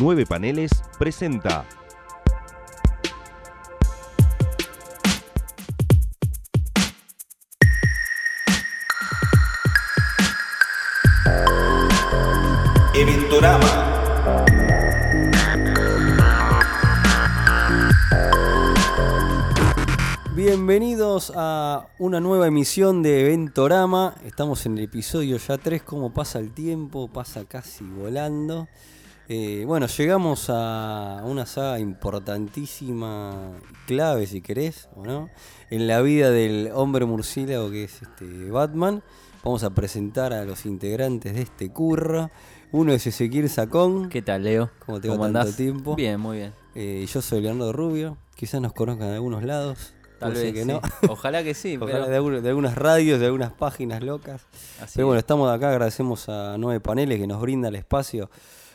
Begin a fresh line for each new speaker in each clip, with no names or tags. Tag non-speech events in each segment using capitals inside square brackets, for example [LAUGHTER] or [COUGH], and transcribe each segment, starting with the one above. Nueve Paneles presenta.
Eventorama.
Bienvenidos a una nueva emisión de Eventorama. Estamos en el episodio ya 3, cómo pasa el tiempo, pasa casi volando. Eh, bueno, llegamos a una saga importantísima, clave si querés, ¿o no? En la vida del hombre murciélago que es este Batman. Vamos a presentar a los integrantes de este curro. Uno es Ezequiel Sacón.
¿Qué tal, Leo?
¿Cómo te va tanto tiempo?
Bien, muy bien.
Eh, yo soy Leonardo Rubio. Quizás nos conozcan de algunos lados.
Tal
puede
vez
ser que
sí.
no.
[LAUGHS] Ojalá que
[LAUGHS]
sí,
Ojalá
pero
de, alguno- de algunas radios, de algunas páginas locas.
así
Pero bueno,
es.
estamos acá, agradecemos a Nueve Paneles que nos brinda el espacio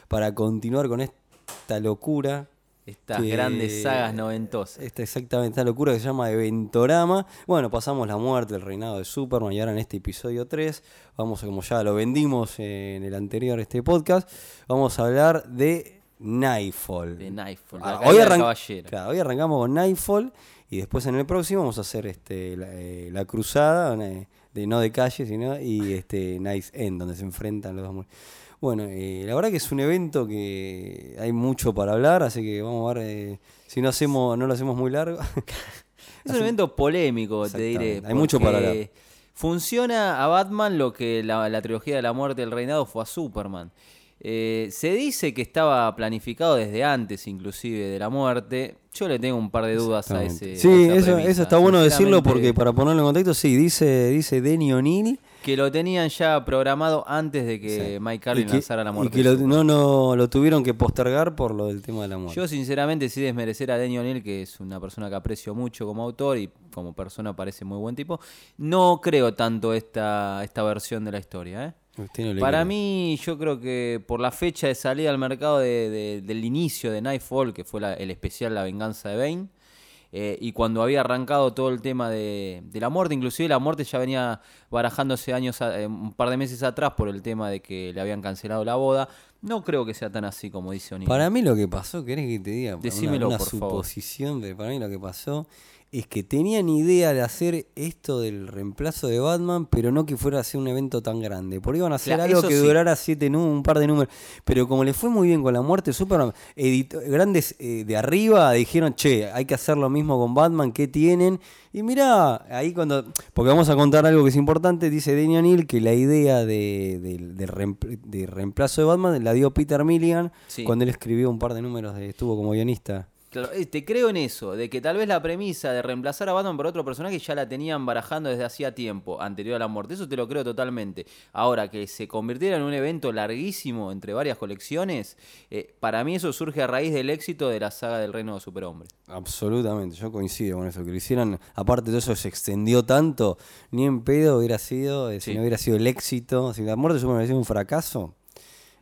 para continuar con esta locura.
estas
que-
grandes sagas noventosas.
Esta exactamente, esta locura que se llama Eventorama. Bueno, pasamos la muerte, el reinado de Superman y ahora en este episodio 3, vamos, a- como ya lo vendimos en el anterior este podcast, vamos a hablar de Nightfall.
De Nightfall,
Ah,
la caída
hoy,
del
arran-
caballero.
claro, hoy arrancamos con Nightfall y después en el próximo vamos a hacer este la, eh, la cruzada eh, de no de calle, sino y este Nice End donde se enfrentan los dos. mu- Bueno, eh, la verdad que es un evento que hay mucho para hablar, así que vamos a ver eh, si no hacemos no lo hacemos muy
[LAUGHS]
largo.
Es un evento polémico, te
Exactamente,
diré.
hay mucho para
porque
hablar.
Funciona a Batman lo que la, la trilogía de la muerte del reinado fue a Superman. Eh, se dice que estaba planificado desde antes, inclusive, de la muerte. Yo le tengo un par de dudas a ese. a
sí,
esa
eso,
premisa.
eso está bueno decirlo porque
Sinceramente,
para ponerlo en contexto, sí, dice dice Denny O'Neill
Que lo tenían ya programado antes de que
Sí.
Mike
y
Carlin
que-
lanzara la muerte.
y que
de
lo,
Superman.
no, no lo tuvieron que postergar por lo del tema de la muerte.
Yo sinceramente sí desmerecer a Daniel O'Neill, que es una persona que aprecio mucho como autor y como persona parece muy buen tipo, no creo tanto esta, esta versión de la historia. ¿eh?
Usted no le
Para
cree.
mí, yo creo que por la fecha de salida al mercado de- de- del inicio de Nightfall, que fue la- el especial La Venganza de Bane, eh, y cuando había arrancado todo el tema de, de la muerte, inclusive la muerte ya venía barajándose años, a- eh, un par de meses atrás por el tema de que le habían cancelado la boda, no creo que sea tan así como dice O'Neill.
Para mí lo que pasó, querés que te diga Una-
Decímelo,
una,
por favor.
suposición, pero para mí lo que pasó es que tenían idea de hacer esto del reemplazo de Batman, pero no que fuera a ser un evento tan grande. Porque iban a hacer
Claro,
algo
eso
que
sí.
durara siete nu- un par de números. Pero como le fue muy bien con la muerte de Superman, edito- grandes eh, de arriba dijeron, che, hay que hacer lo mismo con Batman, ¿qué tienen? Y mirá, ahí cuando... Porque vamos a contar algo que es importante, dice Daniel O'Neill que la idea de, del- del reempl- de reemplazo de Batman la dio Peter Milligan
Sí.
cuando él escribió un par de números, de, estuvo como guionista.
Claro, eh, te creo en eso, de que tal vez la premisa de reemplazar a Batman por otro personaje ya la tenían barajando desde hacía tiempo, anterior a la muerte. Eso te lo creo totalmente. Ahora, que se convirtiera en un evento larguísimo entre varias colecciones, eh, para mí eso surge a raíz del éxito de la saga del Reino de Superhombre.
Absolutamente, yo coincido con eso. Que lo hicieran, aparte de eso, se extendió tanto, ni en pedo hubiera sido, eh, si
Sí.
no hubiera sido el éxito. Si la muerte de Superman hubiera sido un fracaso,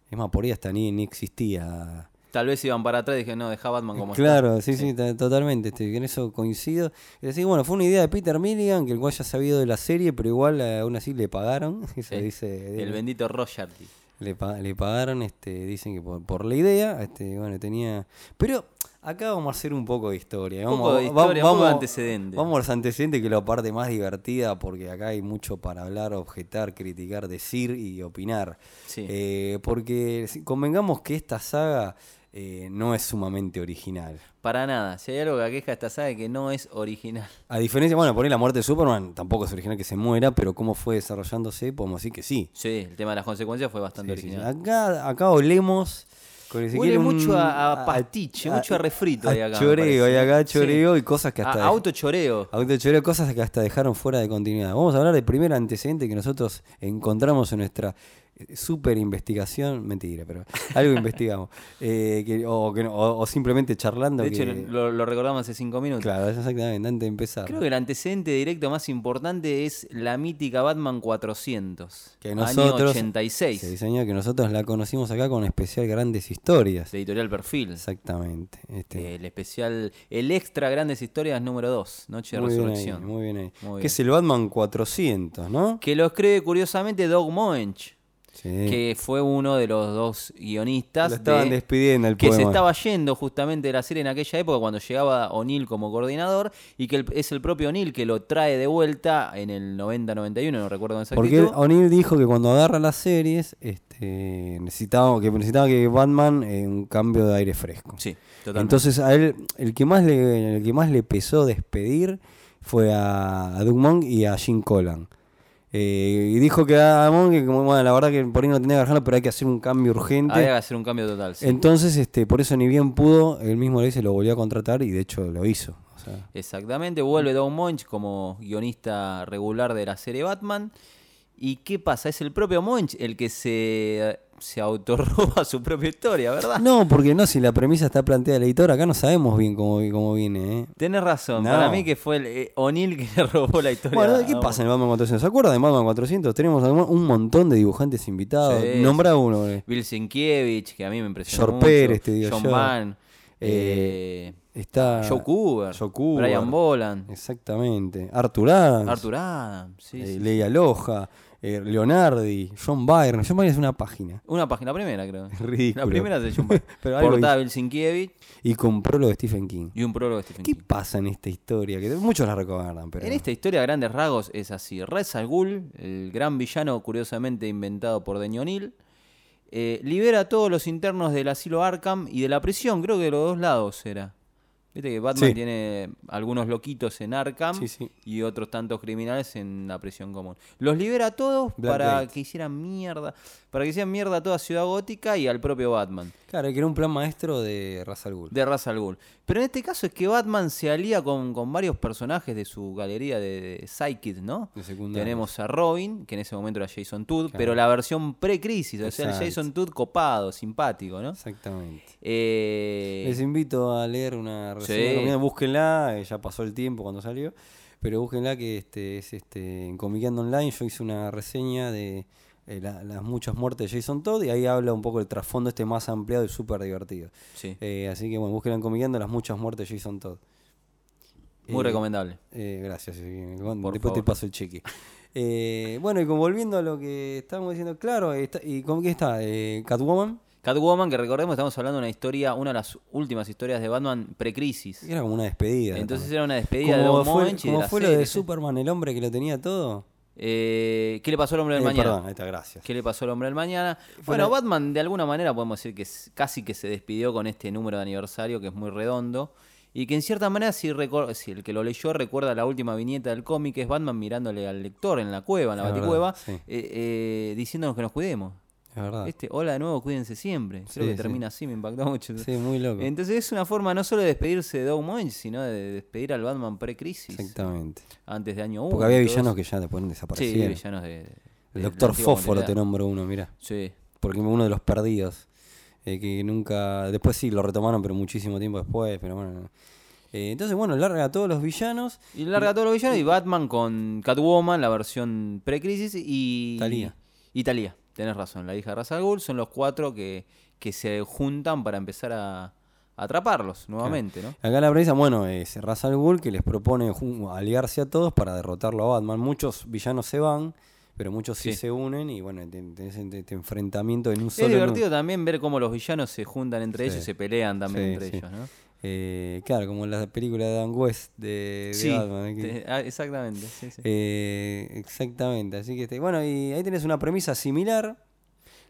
es más, por ahí hasta ni, ni existía.
Tal vez iban para atrás y dijeron, no, deja a Batman como
claro,
está.
sí, sí, ta- totalmente, estoy- en eso coincido. Es decir, bueno, fue una idea de Peter Milligan, que el cual ya sabido de la serie, pero igual eh, aún así le pagaron. [LAUGHS] Eso
Sí.
dice
El bendito royalty.
Le, pa- le pagaron, este, dicen que por, por la idea, este, bueno, tenía. Pero acá vamos a hacer un poco de historia.
Un
Vamos,
poco de
va-
historia, un poco de antecedentes.
Vamos a los antecedentes, que es la parte más divertida, porque acá hay mucho para hablar, objetar, criticar, decir y opinar.
Sí.
Eh, porque si- convengamos que esta saga eh, no es sumamente original.
Para nada, si hay algo que aqueja esta saga es que no es original.
A diferencia, bueno, por ahí la muerte de Superman tampoco es original que se muera, pero cómo fue desarrollándose, podemos decir que sí.
Sí, el tema de las consecuencias fue bastante
Sí, sí, sí.
original.
Acá, acá olemos. con el- si
Huele
quiere un-
mucho a- a pastiche, mucho a refrito hay acá, me
Choreo, hay
parece.
acá choreo
Sí.
y cosas que
A-
hasta.
auto choreo.
auto choreo, cosas que hasta dejaron fuera de continuidad. Vamos a hablar del primer antecedente que nosotros encontramos en nuestra eh, super investigación. Mentira, pero
[LAUGHS]
algo investigamos. Eh, que- o, que no- o- o simplemente charlando.
De hecho,
que-
lo, lo recordamos hace cinco minutos.
claro, eso exactamente, antes de empezar.
Creo que el antecedente directo más importante es la mítica Batman 400.
Que nosotros.
Año 86.
Sí, señor, que nosotros la conocimos acá con especial Grandes Historias.
de Editorial Perfil.
Exactamente. Este,
El especial, el extra Grandes Historias número 2, Noche de
Muy bien ahí,
Resurrección.
muy bien ahí.
Muy
que
bien.
es el Batman 400, ¿no?
Que lo escribe curiosamente Doug Moench. que fue uno de los dos guionistas
Lo estaban
de-
despidiendo al
que se
poema.
estaba yendo justamente de la serie en aquella época cuando llegaba O'Neill como coordinador y que el- es el propio O'Neill que lo trae de vuelta en el 90-91, no recuerdo con exactitud.
Porque oh, O'Neill dijo que cuando agarra las series, este, necesitaba, que necesitaba que Batman eh, un cambio de aire fresco.
Sí, totalmente.
Entonces a él, el que más le, el que más le pesó despedir fue a, a Doug Monk y a Jim Collan. Eh, y dijo que a Monk, que como, bueno, la verdad que por ahí no tenía que agarrarlo, pero hay que hacer un cambio urgente.
Había que hacer un cambio total. sí.
Entonces, este, por eso ni bien pudo, él mismo le se lo volvió a contratar y de hecho lo hizo. O sea,
Exactamente, vuelve Don Monch como guionista regular de la serie Batman. ¿Y qué pasa? Es el propio Monch el que se, se autorroba [LAUGHS] su propia historia,
[LAUGHS]
¿verdad?
No, porque no, si la premisa está planteada el editor, acá no sabemos bien cómo, cómo viene. ¿eh?
Tenés razón,
No.
para mí que fue el eh, O'Neill que le robó la historia.
Bueno, ¿qué
a
pasa en el Batman 400? ¿Se acuerdan de Batman 400? Tenemos algún- un montón de dibujantes invitados.
Sí,
Nombra uno. eh.
Bill Sienkiewicz, que a mí me impresionó
George
mucho.
Pérez, te digo
John
yo.
Mann, eh,
Está
Joe Cooper,
Joe Kubert.
Brian Boland,
Exactamente. Arthur Adams.
Arthur Adams, sí,
eh,
sí.
Leia Loja. eh, Leonardi. John Byrne. John Byrne es una página.
Una página, la primera creo.
[LAUGHS] Ridículo.
La primera es de John Byrne.
[LAUGHS] Pero algo
Portada
hizo.
Bill Sienkiewicz
Y compró lo de Stephen King.
y un prólogo de Stephen
¿Qué
King.
pasa en esta historia? Que muchos la recuerdan, pero.
En esta historia, a grandes rasgos, es así. Ra's al Ghul, el gran villano curiosamente inventado por Deño O'Neill, eh, libera a todos los internos del asilo Arkham y de la prisión, creo que de los dos lados era. Viste que Batman
Sí.
tiene algunos loquitos en Arkham
Sí, sí.
y otros tantos criminales en la prisión común. Los libera a todos
Black
para
Knight.
que hicieran mierda, para que hicieran mierda a toda Ciudad Gótica y al propio Batman
Claro, que era un plan maestro de Ra's al Ghul.
de Ra's al Ghul. Pero en este caso es que Batman se alía con, con varios personajes de su galería de, de sidekicks, ¿no?
De secundaria.
Tenemos a Robin, que en ese momento era Jason Todd, pero la versión pre-crisis, o sea, el
Exacto.
Jason Todd copado, simpático, ¿no?
Exactamente.
Eh,
Les invito a leer una reseña
Sí.
comiquera, búsquenla, eh, ya pasó el tiempo cuando salió, pero búsquenla que este es este en Comiqueando Online yo hice una reseña de eh, la- las muchas muertes de Jason Todd y ahí habla un poco el trasfondo este más ampliado y súper divertido.
sí,
Eh, así que bueno, búsquenla en Comiqueando las muchas muertes de Jason Todd.
muy
eh,
recomendable.
Eh, gracias, sí, bien, bueno,
Por
después te
favor.
paso el cheque. [LAUGHS] Eh, bueno, y como volviendo a lo que estábamos diciendo, claro, está- ¿y con qué está? Eh, Catwoman,
Catwoman, que recordemos, estamos hablando de una historia, una de las últimas historias de Batman pre-crisis.
era como una despedida.
Entonces
también.
era una despedida de
Como
Don
fue,
Monch y de
como
la
fue lo
serie,
de
¿sí?
Superman, el hombre que lo tenía todo.
Eh, ¿Qué le pasó al hombre del
Eh,
mañana?
Perdón, ahí está, gracias.
¿Qué le pasó al hombre del mañana? Bueno,
Bueno,
Batman de alguna manera podemos decir que s- casi que se despidió con este número de aniversario que es muy redondo y que en cierta manera si, recor- si el que lo leyó recuerda la última viñeta del cómic que es Batman mirándole al lector en la cueva, en la
Es verdad,
baticueva,
sí.
eh, eh, diciéndonos que nos cuidemos.
Es verdad.
Este, hola de nuevo, cuídense siempre. Creo
Sí, sí.
que termina así, me impactó mucho.
Sí, muy loco.
Entonces es una forma no solo de despedirse de Doug Moynes, sino de despedir al Batman pre-crisis,
Exactamente.
antes de año 1.
Porque había villanos que ya después desaparecieron.
Sí, villanos de... de-
El
de la
doctor
antigua
Fósforo te
modalidad.
nombro uno, mira.
Sí.
Porque uno de los perdidos. eh, que nunca. Después sí lo retomaron, pero muchísimo tiempo después. Pero bueno. Eh, entonces, bueno, larga a todos los villanos.
Y larga todos los villanos y Batman con Catwoman, la versión pre-crisis y...
Thalía.
Y Thalía, tenés razón, la hija de Ra's al Ghul, son los cuatro que, que se juntan para empezar a, a atraparlos nuevamente, ¿no?
Acá la prensa, bueno, es Ra's al Ghul que les propone jun- aliarse a todos para derrotarlo a Batman. Muchos villanos se van, pero muchos sí,
Sí.
se unen y bueno, ten- tenés este, este enfrentamiento en un
es
solo.
divertido también ver cómo los villanos se juntan entre
Sí.
ellos y se pelean también
Sí,
entre
sí.
ellos, ¿no?
Eh, claro, como en la película de Dan West de, de
sí,
Batman, ¿eh? Que-
te- ah, exactamente. sí, sí.
eh, exactamente, así que este, bueno, y ahí tenés una premisa similar.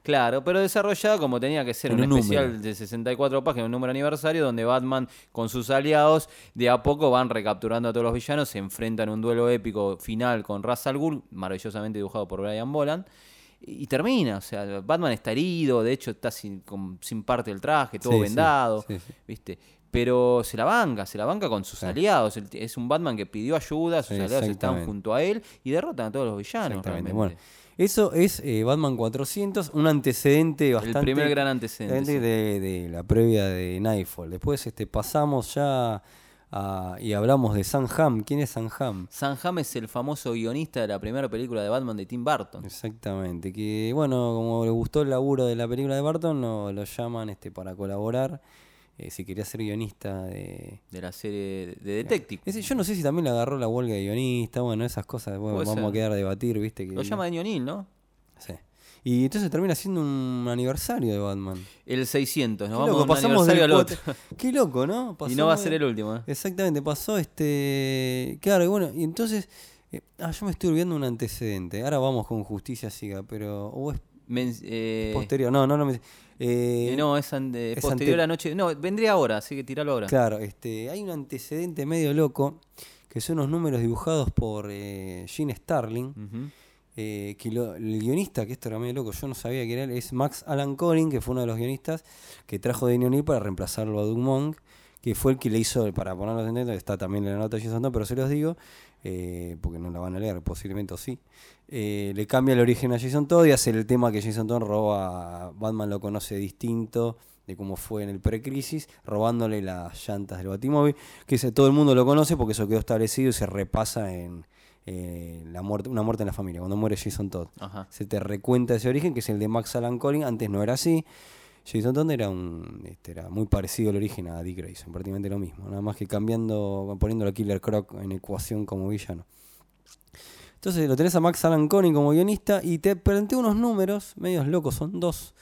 Claro, pero desarrollado como tenía que ser,
En
un,
un
especial
número.
de 64 páginas, un número aniversario, donde Batman con sus aliados de a poco van recapturando a todos los villanos, se enfrentan en un duelo épico final con Ra's al Ghul, maravillosamente dibujado por Brian Boland, y y termina, o sea, Batman está herido, de hecho está sin, con- sin parte del traje, todo
Sí, sí,
vendado,
sí, sí.
¿viste? Pero se la banca, se la banca con sus aliados, el- es un Batman que pidió ayuda, sus aliados están
Exactamente.
junto a él y derrotan a todos los villanos.
Exactamente.
realmente.
Bueno, eso es eh, Batman 400, un antecedente bastante.
primer gran antecedente, sí.
De, de la previa de Nightfall. Después este, pasamos ya a- y hablamos de Sam Ham. ¿Quién es Sam Ham?
Sam Hamm es el famoso guionista de la primera película de Batman de Tim Burton.
Exactamente, que bueno, como le gustó el laburo de la película de Barton, lo, lo llaman este para colaborar. eh, si quería ser guionista de.
De la serie de Detective.
Ese, yo no sé si también le agarró la huelga de guionista, bueno, esas cosas, bueno,
Puede
vamos
ser.
a quedar a debatir, viste que.
Lo llama Daniel O'Neill, ¿no?
Sí. Y entonces termina siendo un aniversario de Batman.
El 600,
Qué
nos vamos
loco,
de un aniversario al otro. [LAUGHS]
cuatro- [LAUGHS] Qué loco, ¿no?
Y
Pasamos
no va a
de-
ser el último. ¿eh?
Exactamente, pasó este. Claro, y bueno, y entonces. eh, ah, yo me estoy olvidando un antecedente. Ahora vamos con Justicia Siga, pero. O es
Men- eh,
posterior. No, no, no me. eh,
eh, no, es, an- eh,
es ante-
posterior a la noche. No, vendría ahora, así que tiralo ahora.
Claro, este, hay un antecedente medio loco que son unos números dibujados por eh, Gene Starling.
Ujú.
eh, que lo- el guionista, que esto era medio loco, yo no sabía quién era, es Max Alan Corin, que fue uno de los guionistas que trajo de O'Neill para reemplazarlo a Doug Monk, que fue el que le hizo, para ponerlos en dentro, está también en la nota de Jason Todd, pero se los digo, eh, porque no la van a leer, posiblemente o sí. Eh, le cambia el origen a Jason Todd y hace el tema que Jason Todd roba, Batman lo conoce distinto de cómo fue en el precrisis, robándole las llantas del Batimóvil, que se- todo el mundo lo conoce porque eso quedó establecido y se repasa en, eh, la muerte, una muerte en la familia, cuando muere Jason Todd.
Ajá.
Se te recuenta ese origen, que es el de Max Alan Collins, antes no era así. Jason Todd era un este, era muy parecido el origen a Dick Grayson, prácticamente lo mismo, nada más que cambiando, poniéndolo a Killer Croc en ecuación como villano. Entonces lo tenés a Max Alan Collins como guionista y te planteo unos números, medios locos, son dos,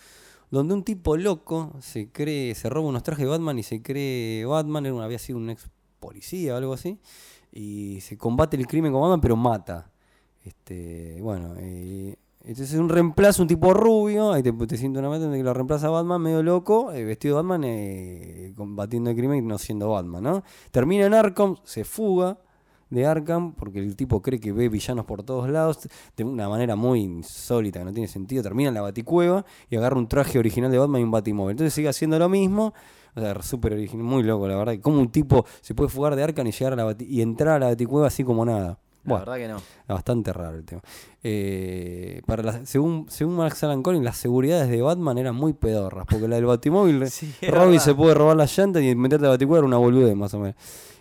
donde un tipo loco se cree, se roba unos trajes de Batman y se cree Batman, era un- había sido un ex policía o algo así, y se combate el crimen con Batman, pero mata. Este, bueno, eh, entonces es un reemplazo, un tipo rubio, ahí te, te siento una meta donde lo reemplaza Batman, medio loco, eh, vestido de Batman, eh, combatiendo el crimen y no siendo Batman, ¿no? Termina en Arkham, se fuga de Arkham, porque el tipo cree que ve villanos por todos lados, de una manera muy insólita, que no tiene sentido, termina en la baticueva y agarra un traje original de Batman y un batimóvil. Entonces sigue haciendo lo mismo, o sea, súper original, muy loco, la verdad, que como un tipo se puede fugar de Arkham y, llegar a la bati- y entrar a la baticueva así como nada.
La
Bueno.
verdad que no.
Bastante raro el tema. Eh, para la- según, según Max Alan Collins, las seguridades de Batman eran muy pedorras. Porque la del Batimóvil,
[LAUGHS] Sí, es
Robin
verdad.
se puede robar las llantas y meterte a Baticueva era una boludez, más o menos.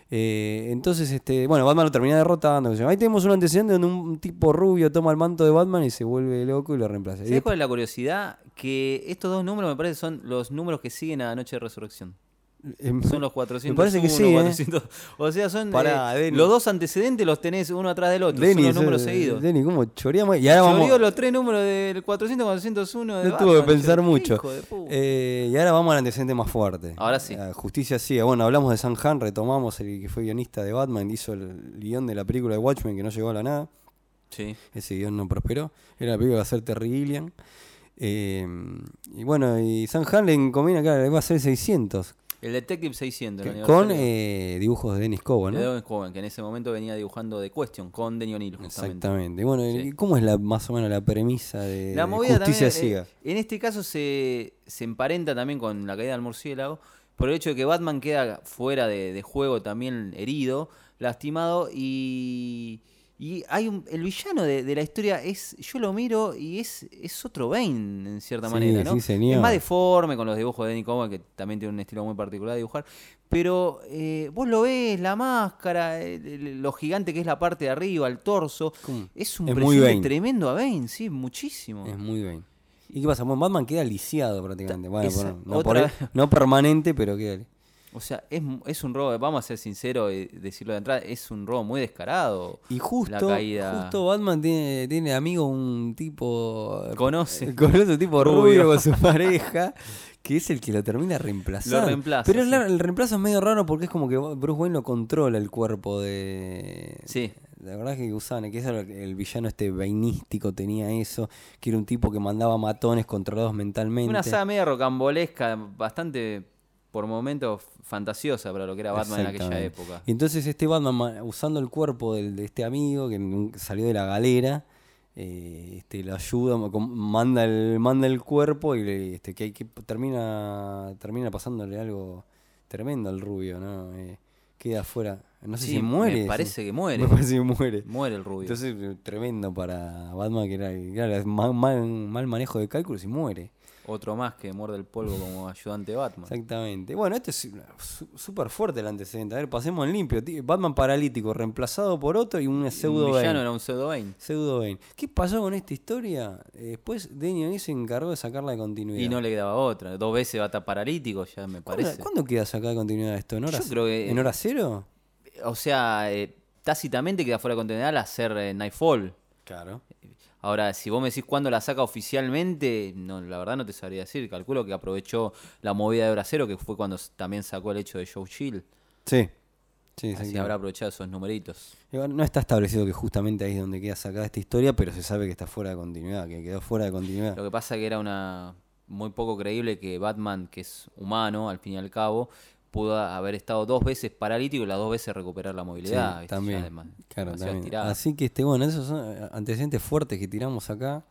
Eh, entonces, este, bueno, Batman lo termina derrotando. qué sé yo. Ahí tenemos un antecedente donde un tipo rubio toma el manto de Batman y se vuelve loco y lo reemplaza. Y
¿Sabés cuál es la curiosidad? Que estos dos números me parece son los números que siguen a Noche de Resurrección.
después- em,
Son los 400.
parece que sí, ¿eh?
O sea, son
Pará,
eh,
Denny.
los dos antecedentes los tenés uno atrás del otro.
Denny,
son los números
eh,
seguidos.
Denny, ¿cómo choreamos? Y ahora
Yo
vamos.
digo los tres números del 400, 401 de
No tuve que
Batman,
pensar
yo,
mucho.
hijo de puta.
Eh, y ahora vamos al antecedente más fuerte.
Ahora sí.
La justicia sigue. Bueno, hablamos de San Han, retomamos el que fue guionista de Batman, hizo el guión de la película de Watchmen que no llegó a la nada.
Sí.
Ese guión no prosperó. Era la película de hacer Terry Gilliam. Eh, y bueno, y San Han le encomina, claro, le va a hacer 600.
El Detective 600.
que-
el
con
aniversario
eh, dibujos de Dennis Cowan,
de
¿no?
Don Cohen, que en ese momento venía dibujando The Question con Denny O'Neill, justamente.
Exactamente. Y bueno,
Sí.
¿y ¿cómo es la más o menos la premisa de
La
de
movida
Justicia
también,
Siga?
eh, en este caso se, se emparenta también con la caída del murciélago, por el hecho de que Batman queda fuera de, de juego también herido, lastimado, y, y hay un- el villano de, de la historia es, yo lo miro y es, es otro Bane, en cierta
Sí,
manera, ¿no?
sí, señor.
Es más deforme con los dibujos de Danny Cowan, que también tiene un estilo muy particular de dibujar, pero eh, vos lo ves, la máscara, el- el- lo gigante que es la parte de arriba, el torso,
¿Cómo?
es un
Es muy
presente
Bane.
tremendo a Bane, sí, muchísimo.
Es muy bien. ¿Y qué pasa? Bueno, Batman queda lisiado prácticamente. Bueno,
esa-
por- no,
otra
por-
vez.
no permanente, pero queda. li-
O sea, es, mu- es un robo, vamos a ser sinceros y decirlo de entrada, es un robo muy descarado.
Y
la
justo,
caída.
justo Batman tiene, tiene amigo un tipo. [LAUGHS]
Conoce.
Con otro tipo rubio,
Rubio.
con su pareja, que es el que lo termina reemplazando.
Lo reemplaza,
Pero
sí.
claro, el reemplazo es medio raro porque es como que Bruce Wayne no controla el cuerpo de.
Sí.
La verdad es que usaban, que eso era el villano este vainístico tenía eso, que era un tipo que mandaba matones controlados mentalmente.
Una saga media rocambolesca, bastante por momentos fantasiosa para lo que era Batman en aquella
Exactamente.
época.
Y entonces este Batman, ma- usando el cuerpo del- de este amigo que nun- salió de la galera, eh, este, lo ayuda, ma- com- manda el, manda el cuerpo y le- este, que, hay que termina, termina pasándole algo tremendo al rubio, ¿no? Eh, queda afuera. No sé
Sí,
si muere.
me parece que
[LAUGHS]
muere.
Me parece que muere.
Muere el rubio.
Entonces, eh, tremendo para Batman, que era, claro, es ma- mal, mal manejo de cálculos y muere.
Otro más que muerde el polvo como ayudante de Batman.
Exactamente. Bueno, esto es una- su- súper fuerte el antecedente. A ver, pasemos en limpio. Ti- Batman paralítico, reemplazado por otro y un pseudo
un villano
Bane.
era un pseudo Bane.
Pseudo Bane. ¿Qué pasó con esta historia? Eh, Después Denny O'Neill se encargó de sacarla de continuidad.
Y no le quedaba otra. Dos veces va a estar paralítico, ya me
¿Cuándo,
parece.
cuándo queda sacada de continuidad esto? ¿En hora,
Yo creo que-
¿En hora cero?
O sea, eh, tácitamente queda fuera de continuidad al hacer eh, Nightfall.
Claro.
Ahora, si vos me decís cuándo la saca oficialmente, no, la verdad no te sabría decir. Calculo que aprovechó la movida de Bracero, que fue cuando s- también sacó el hecho de Joe Chill.
Sí. Sí,
Así
exactamente.
habrá aprovechado esos numeritos.
Igual No está establecido que justamente ahí es donde queda sacada esta historia, pero se sabe que está fuera de continuidad, que quedó fuera de continuidad.
Lo que pasa que era una muy poco creíble que Batman, que es humano al fin y al cabo, pudo haber estado dos veces paralítico y las dos veces recuperar la
Sí,
movilidad. ¿viste? Ya
también.
dema-
Claro,
demasiadas
también.
tiradas.
Así que este, bueno, esos son eh, antecedentes fuertes que tiramos acá.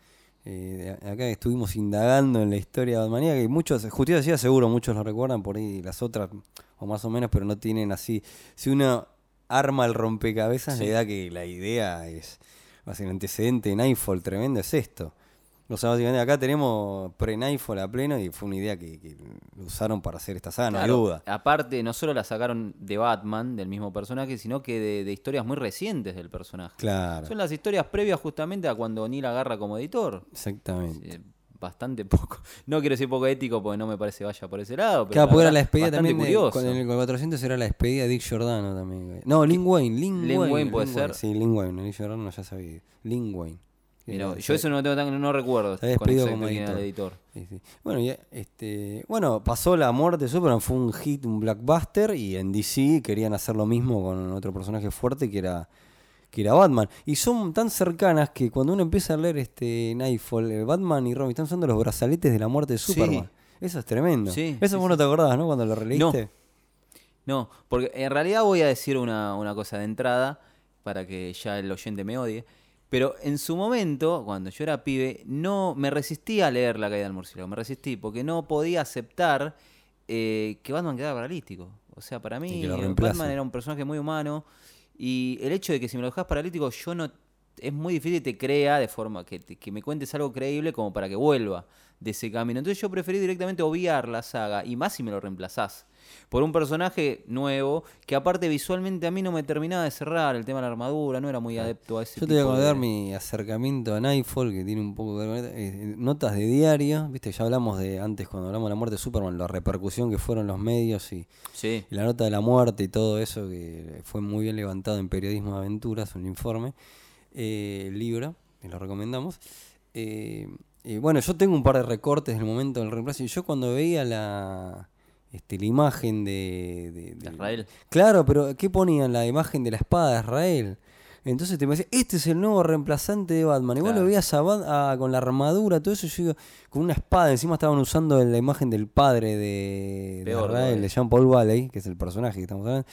Eh, de- acá estuvimos indagando en la historia de Batmanía, que muchos, justicia decía seguro, muchos lo recuerdan por ahí, las otras, o más o menos, pero no tienen así. Si uno arma el rompecabezas, le da que la idea es. Va a ser un antecedente en Nightfall tremendo, es esto. O sea, básicamente acá tenemos pre-Nightfall a pleno y fue una idea que, que usaron para hacer esta saga,
Claro,
no hay duda.
Aparte, no solo la sacaron de Batman, del mismo personaje, sino que de, de historias muy recientes del personaje.
Claro,
Son las historias previas justamente a cuando Neil agarra como editor.
exactamente.
Eh, bastante [LAUGHS] poco. No quiero decir poco ético porque no me parece vaya por ese lado. Pero
Claro,
la
porque era
verdad,
la despedida
bastante
también. de-
curioso.
con el con 400 era la despedida de Dick Giordano también. No, Lin Wayne. Lin,
Lin Wayne puede ser.
Sí, Lin Wayne. Dick Giordano ya sabía. Lin Wayne.
Mirá,
Era-
yo eso no lo tengo tan- no recuerdo.
Se había despedido
exacto
como
quién era el
editor.
editor.
Sí, sí. Bueno, y, este, bueno, pasó la muerte de Superman, fue un hit, un blockbuster, y en DC querían hacer lo mismo con otro personaje fuerte que era, que era Batman. Y son tan cercanas que cuando uno empieza a leer este Nightfall, eh, Batman y Robin están usando los brazaletes de la muerte de
Sí.
Superman. Eso es tremendo.
Sí,
Eso
sí,
vos no te acordabas, ¿no? Cuando lo releíste.
No, porque en realidad voy a decir una, una cosa de entrada para que ya el oyente me odie. Pero en su momento, cuando yo era pibe, no me resistí a leer La caída del murciélago. Me resistí porque no podía aceptar eh, que Batman quedara paralítico. O sea, para
Y
mí
que lo
Batman
reemplacen.
era un personaje muy humano y el hecho de que si me lo dejas paralítico, yo no es muy difícil que te crea de forma que, te- que me cuentes algo creíble como para que vuelva de ese camino. Entonces yo preferí directamente obviar la saga y más si me lo reemplazás por un personaje nuevo que aparte visualmente a mí no me terminaba de cerrar el tema de la armadura, no era muy adepto a ese
Ah, Yo te voy a
tipo
contar
de-
mi acercamiento a Nightfall, que tiene un poco que ver con esto, eh, Notas de diario, viste, ya hablamos de antes cuando hablamos de la muerte de Superman, la repercusión que fueron los medios y,
Sí.
y la nota de la muerte y todo eso, que fue muy bien levantado en Periodismo de Aventuras, un informe, eh, el libro, te lo recomendamos. Eh, y bueno, yo tengo un par de recortes del momento del reemplazo y yo cuando veía la, este, la imagen de, de- de-
Israel.
Claro, pero ¿qué ponían? La imagen de la espada de Israel. Entonces te decía, este es el nuevo reemplazante de Batman. Y vos
Claro.
lo veías a Bat- a- con la armadura, todo eso, yo digo, con una espada. Encima estaban usando la imagen del padre de, de
Peor,
Israel,
todavía.
de Jean Paul Valley, que es el personaje que estamos hablando.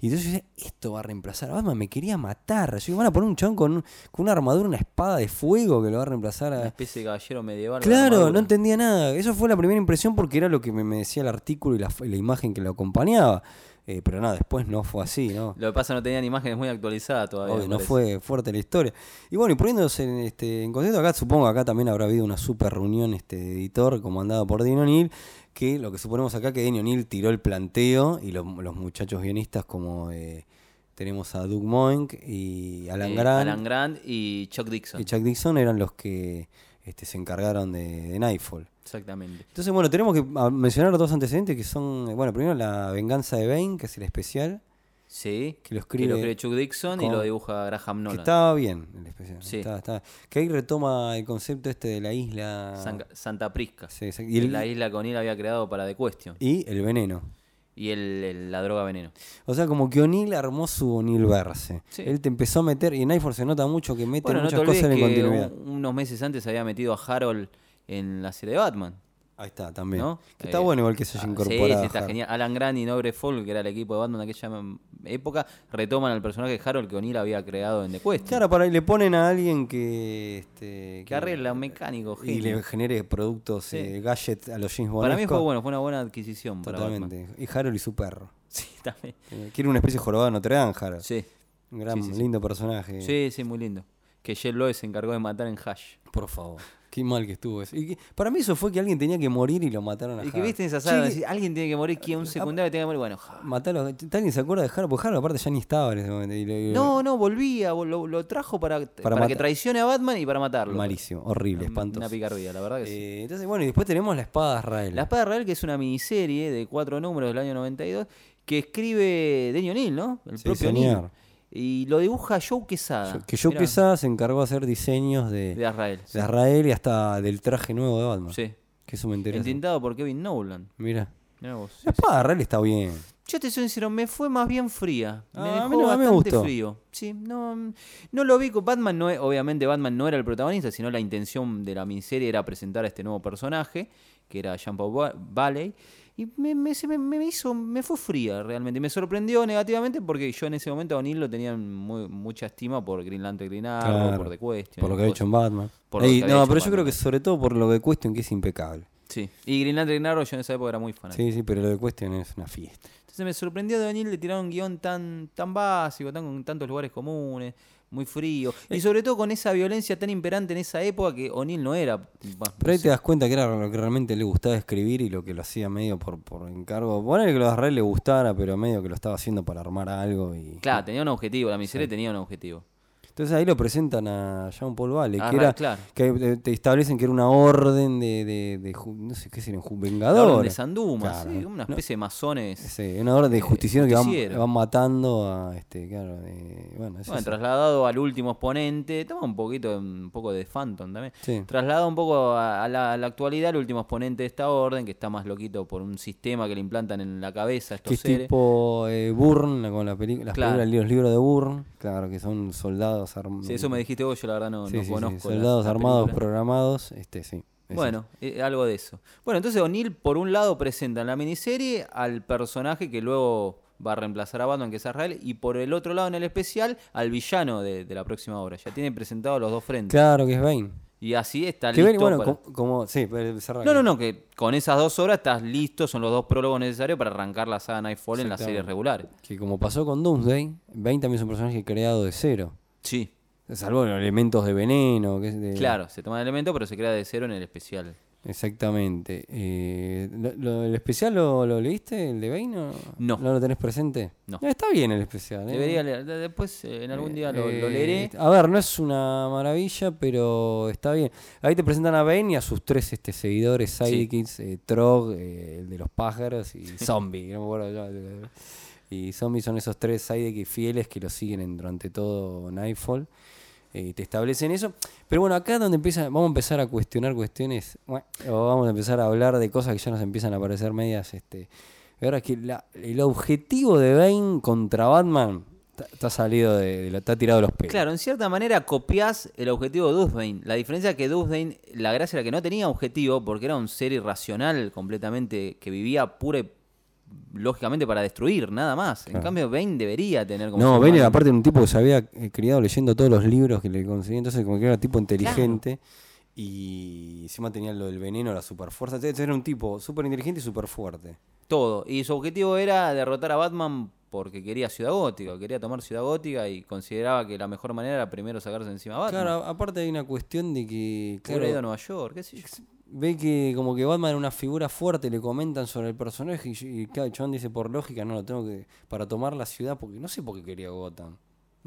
Y entonces yo decía, esto va a reemplazar a Batman, me quería matar. Yo digo, van a poner un chabón con, un- con una armadura, una espada de fuego que lo va a reemplazar
Una
a...
especie de caballero medieval. con
Claro, no
armadura.
entendía nada. Eso fue la primera impresión porque era lo que me, me decía el artículo y la, f- la imagen que lo acompañaba. Eh, pero nada, después no fue así, ¿no?
Lo que pasa no tenían imágenes muy actualizadas todavía.
Obvio,
me
no
parece.
fue fuerte la historia. Y bueno, y poniéndose en, este, en contexto, acá supongo acá también habrá habido una super reunión este, de editor comandada por Dean O'Neill, que lo que suponemos acá que Dean O'Neill tiró el planteo y los, los muchachos guionistas como eh, tenemos a Doug Moenk y Alan
Eh,
Grant
Alan Grant y Chuck Dixon.
y Chuck Dixon eran los que este, se encargaron de, de Nightfall.
Exactamente.
Entonces, bueno, tenemos que ah, mencionar dos antecedentes que son, eh, bueno, primero la venganza de Bane, que es el especial,
Sí.
Que lo escribe
Chuck Dixon y
con-
lo dibuja Graham
que
Nolan.
estaba bien el especial.
Sí.
estaba- estaba- que ahí retoma el concepto este de la isla
San- Santa Prisca.
Sí, exacto.
Y
y,
la
el,
isla con él había creado para The Question.
y el veneno.
Y el, el- la droga veneno.
O sea, como que O'Neill armó su O'Neillverse.
Sí.
Él te empezó a meter, y en Nightfall se nota mucho que mete
Bueno, no te
muchas
olvides
cosas en
que
continuidad.
un- unos meses antes había metido a Harold en la serie de Batman.
Ahí está, también.
¿No?
Que está
Eh,
bueno igual que se
Ah,
haya
sí,
incorporado.
sí,
a
está
Hart.
genial. Alan Grant y Nobre Folk, que era el equipo de Batman en aquella mm, época, retoman al personaje de Harold que O'Neill había creado en The Quest.
Claro, para, le ponen a alguien que... Este,
que arregla un mecánico.
Y
genio.
le genere productos,
Sí.
eh, gadgets a los James Bond.
para mí fue bueno, fue una buena adquisición para Batman.
Totalmente. Y Harold y su perro.
[LAUGHS] Sí, también.
Eh, Quiere una especie de jorobado de Notre Dame, Harold.
Sí.
Un gran,
sí, sí.
lindo personaje.
Sí, sí, muy lindo. Que Jell Loeb se encargó de matar en Hash.
Por favor. Qué mal que estuvo eso. Y que- para mí eso fue que alguien tenía que morir y lo mataron a
Y que
Harold.
viste en esa
Sí, Ah,
sala,
que-
decís, alguien tiene que morir, que un secundario tiene que morir. Bueno, Hash.
Matalo. a- ¿Alguien se acuerda de Harold? Porque Harold aparte ya ni estaba en ese momento. y lo- y lo-
No, no, volvía, vol- lo, lo trajo para, para,
matar.
que traicione a Batman y para matarlo.
Malísimo, horrible,
Una,
espantoso.
una picardía, la verdad que sí.
Eh, entonces, bueno, y después tenemos la espada de Israel.
La Espada Real, que es una miniserie de cuatro números del año 92, que escribe Denny O'Neill, ¿no? El
Sí,
propio
señor.
O'Neill. Y lo dibuja Joe Quesada.
Que Joe
Mirá,
Quesada se encargó de hacer diseños de,
De Azrael. sí.
de Azrael y hasta del traje nuevo de Batman.
Sí.
Que eso me interesa.
Entintado por Kevin Nolan.
Mira.
Mirá vos.
La espada de Azrael está bien.
Yo te soy sincero, me fue más bien fría. Me
Ah, a
dejó
mí no- a mí me
bastante
gustó.
frío. Sí, no, mm, no lo vi con Batman. No, e- obviamente Batman no era el protagonista, sino la intención de la miniserie era presentar a este nuevo personaje, que era Jean-Paul Valley. Y me, me- se me- me hizo, me fue fría realmente. Y me sorprendió negativamente porque yo en ese momento a O'Neill lo tenía en muy- mucha estima por Green Lantern, Green Arrow,
Claro,
Ah, por The Question.
Por lo que ha hecho en Batman.
Por lo
Ey,
que había
no,
hecho
pero yo
Batman.
creo que sobre todo por lo de Question, que es impecable.
Sí, y Green Lantern, Green Arrow yo en esa época era muy fanático.
Sí, sí, pero lo de Question es una fiesta.
Entonces me sorprendió de O'Neill le tiraron un guión tan, tan básico, tan con tantos lugares comunes, muy frío.
Eh.
Y sobre todo con esa violencia tan imperante en esa época que O'Neill no era. pues, bah,
Pero ahí te das cuenta que era lo que realmente le gustaba escribir y lo que lo hacía medio por, por encargo. Poner que lo de Azrael le gustara, pero medio que lo estaba haciendo para armar algo. y
Claro, tenía un objetivo, la miseria tenía un objetivo.
Entonces ahí lo presentan a Jean Paul Vale,
Ah,
que era
claro.
que eh, te establecen que era una orden de, de, de ju- no sé qué serían, ju-
La Orden
vengadores.
de Sanduma,
Claro.
sí, como una especie de masones.
Sí, una orden de justicieros que van,
justiciero.
van matando a este, claro, eh, bueno, es
Bueno,
eso.
trasladado al último exponente, toma un poquito un poco de Phantom también.
Sí.
Trasladado un poco a, a la, a la actualidad, el último exponente de esta orden, que está más loquito por un sistema que le implantan en la cabeza a estos
que es
seres.
tipo eh, Burn, la- con la peli- las
Claro.
películas, los libros de Burn, claro, que son soldados armados.
Sí, eso me dijiste vos, yo la verdad no, no conozco. la-
soldados
la
armados
película.
programados, este sí. es
Bueno, eh, algo de eso. Bueno, entonces O'Neill, por un lado, presenta en la miniserie al personaje que luego va a reemplazar a Batman, que es Azrael, y por el otro lado, en el especial, al villano de, de la próxima obra. Ya tiene presentados los dos
eso.
frentes.
Claro que es Bane.
Y así está
Que
listo.
Bane, bueno,
para-
co- como, sí, pero cerrá.
No, no, no, que con esas dos obras estás listo, son los dos prólogos necesarios para arrancar la saga Nightfall en las series
Exactamente.
regulares.
Que como pasó con Doomsday, Bane también es un personaje creado de cero.
Sí,
Salvo los elementos de veneno. Que es de-
claro, se toma el elemento, pero se crea de cero en el
Eh.
especial.
Exactamente. Eh, lo- lo- ¿El especial lo, lo leíste, el de Bane? o
No.
¿No lo tenés presente?
No.
Está bien el especial. ¿eh?
Debería leer. de- Después, eh, en algún día lo, lo
Eh,
leeré.
A ver, no es una maravilla, pero está bien. Ahí te presentan a Bane y a sus tres este, seguidores, Sidekicks, eh, Trog, eh, el de los pájaros y Zombie. no me acuerdo ya, eh, Y Zombie son esos tres Sidekicks fieles que lo siguen en- durante todo Nightfall. Eh, te establecen eso. Pero bueno, acá es donde empieza, vamos a empezar a cuestionar cuestiones. bueno, o vamos a empezar a hablar de cosas que ya nos empiezan a parecer medias. Este, la verdad es que la- el objetivo de Bane contra Batman está- está salido de, de lo- está tirado de los pelos.
Claro, en cierta manera copias el objetivo de Dusbane. La diferencia es que Dusbane, la gracia era que no tenía objetivo porque era un ser irracional completamente que vivía pura y lógicamente para destruir, nada más. En
Claro.
cambio, Bane debería tener como.
No,
ser
Bane
humano.
era aparte era un tipo que se había eh, criado leyendo todos los libros que le conseguía, entonces como que era un tipo inteligente. Y encima tenía lo del veneno, la superfuerza. Entonces era un tipo súper inteligente y súper fuerte.
Todo. Y su objetivo era derrotar a Batman porque quería Ciudad Gótica, quería tomar Ciudad Gótica y consideraba que la mejor manera era primero sacarse encima a Batman.
Claro, a- aparte hay una cuestión de que.
Hubiera
claro,
ido a Nueva York, qué sé yo.
ve que como que Batman era una figura fuerte, le comentan sobre el personaje y, y claro, el chabón dice por lógica, no lo tengo que para tomar la ciudad porque no sé por qué quería Gotham.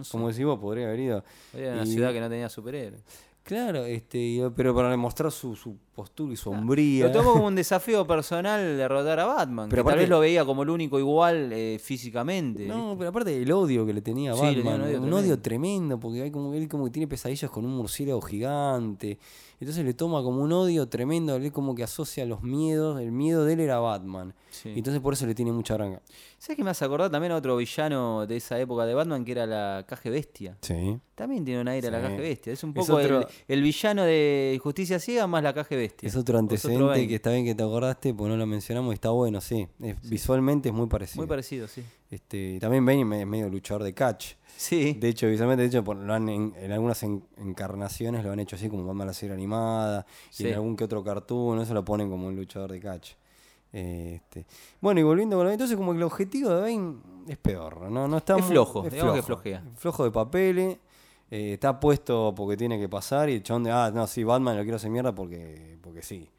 Como decís vos, podría haber ido.
Era una
Y-
ciudad que no tenía superhéroes.
Claro, este, y- pero para demostrar su, su postura y su hombría.
Lo tomó
[LAUGHS]
como un desafío personal derrotar a Batman,
Pero
que tal
aparte-
vez lo veía como el único igual eh, físicamente.
No, pero aparte el odio que le tenía a
Sí, le
Batman,
tenía un
un,
odio
odio, tremendo, porque hay como, él como que tiene pesadillas con un murciélago gigante, entonces le toma como un odio tremendo, él como que asocia los miedos, el miedo de él era Batman,
Sí.
y entonces por eso le tiene mucha bronca.
¿Sabes que me has acordado también a otro villano de esa época de Batman que era la Caje Bestia?
Sí.
También tiene un aire a la
Sí.
Caje Bestia. Es un
Es
poco el-
otro-
el, villano de Justicia Ciega más la Caje Bestia.
Es otro
O
antecedente
Bane.
que está bien que te acordaste, porque no lo mencionamos y está bueno, sí. Es- Visualmente es muy parecido.
Muy parecido, sí.
Este, también Bane me- es medio luchador de catch.
Sí.
De hecho, visualmente, de hecho, por- lo han en, en algunas en- encarnaciones lo han hecho así, como Batman la serie animada,
Sí.
y en algún que otro cartoon, eso lo ponen como un luchador de catch. Eh, este. Bueno, y volviendo con lo entonces como que el objetivo de Bane es peor, ¿no? no está
Es
mu-
flojo, digamos que flojea.
Flojo de papeles, eh, está puesto porque tiene que pasar, y el chabón de, ah, no, sí, Batman lo quiero hacer mierda porque, porque sí.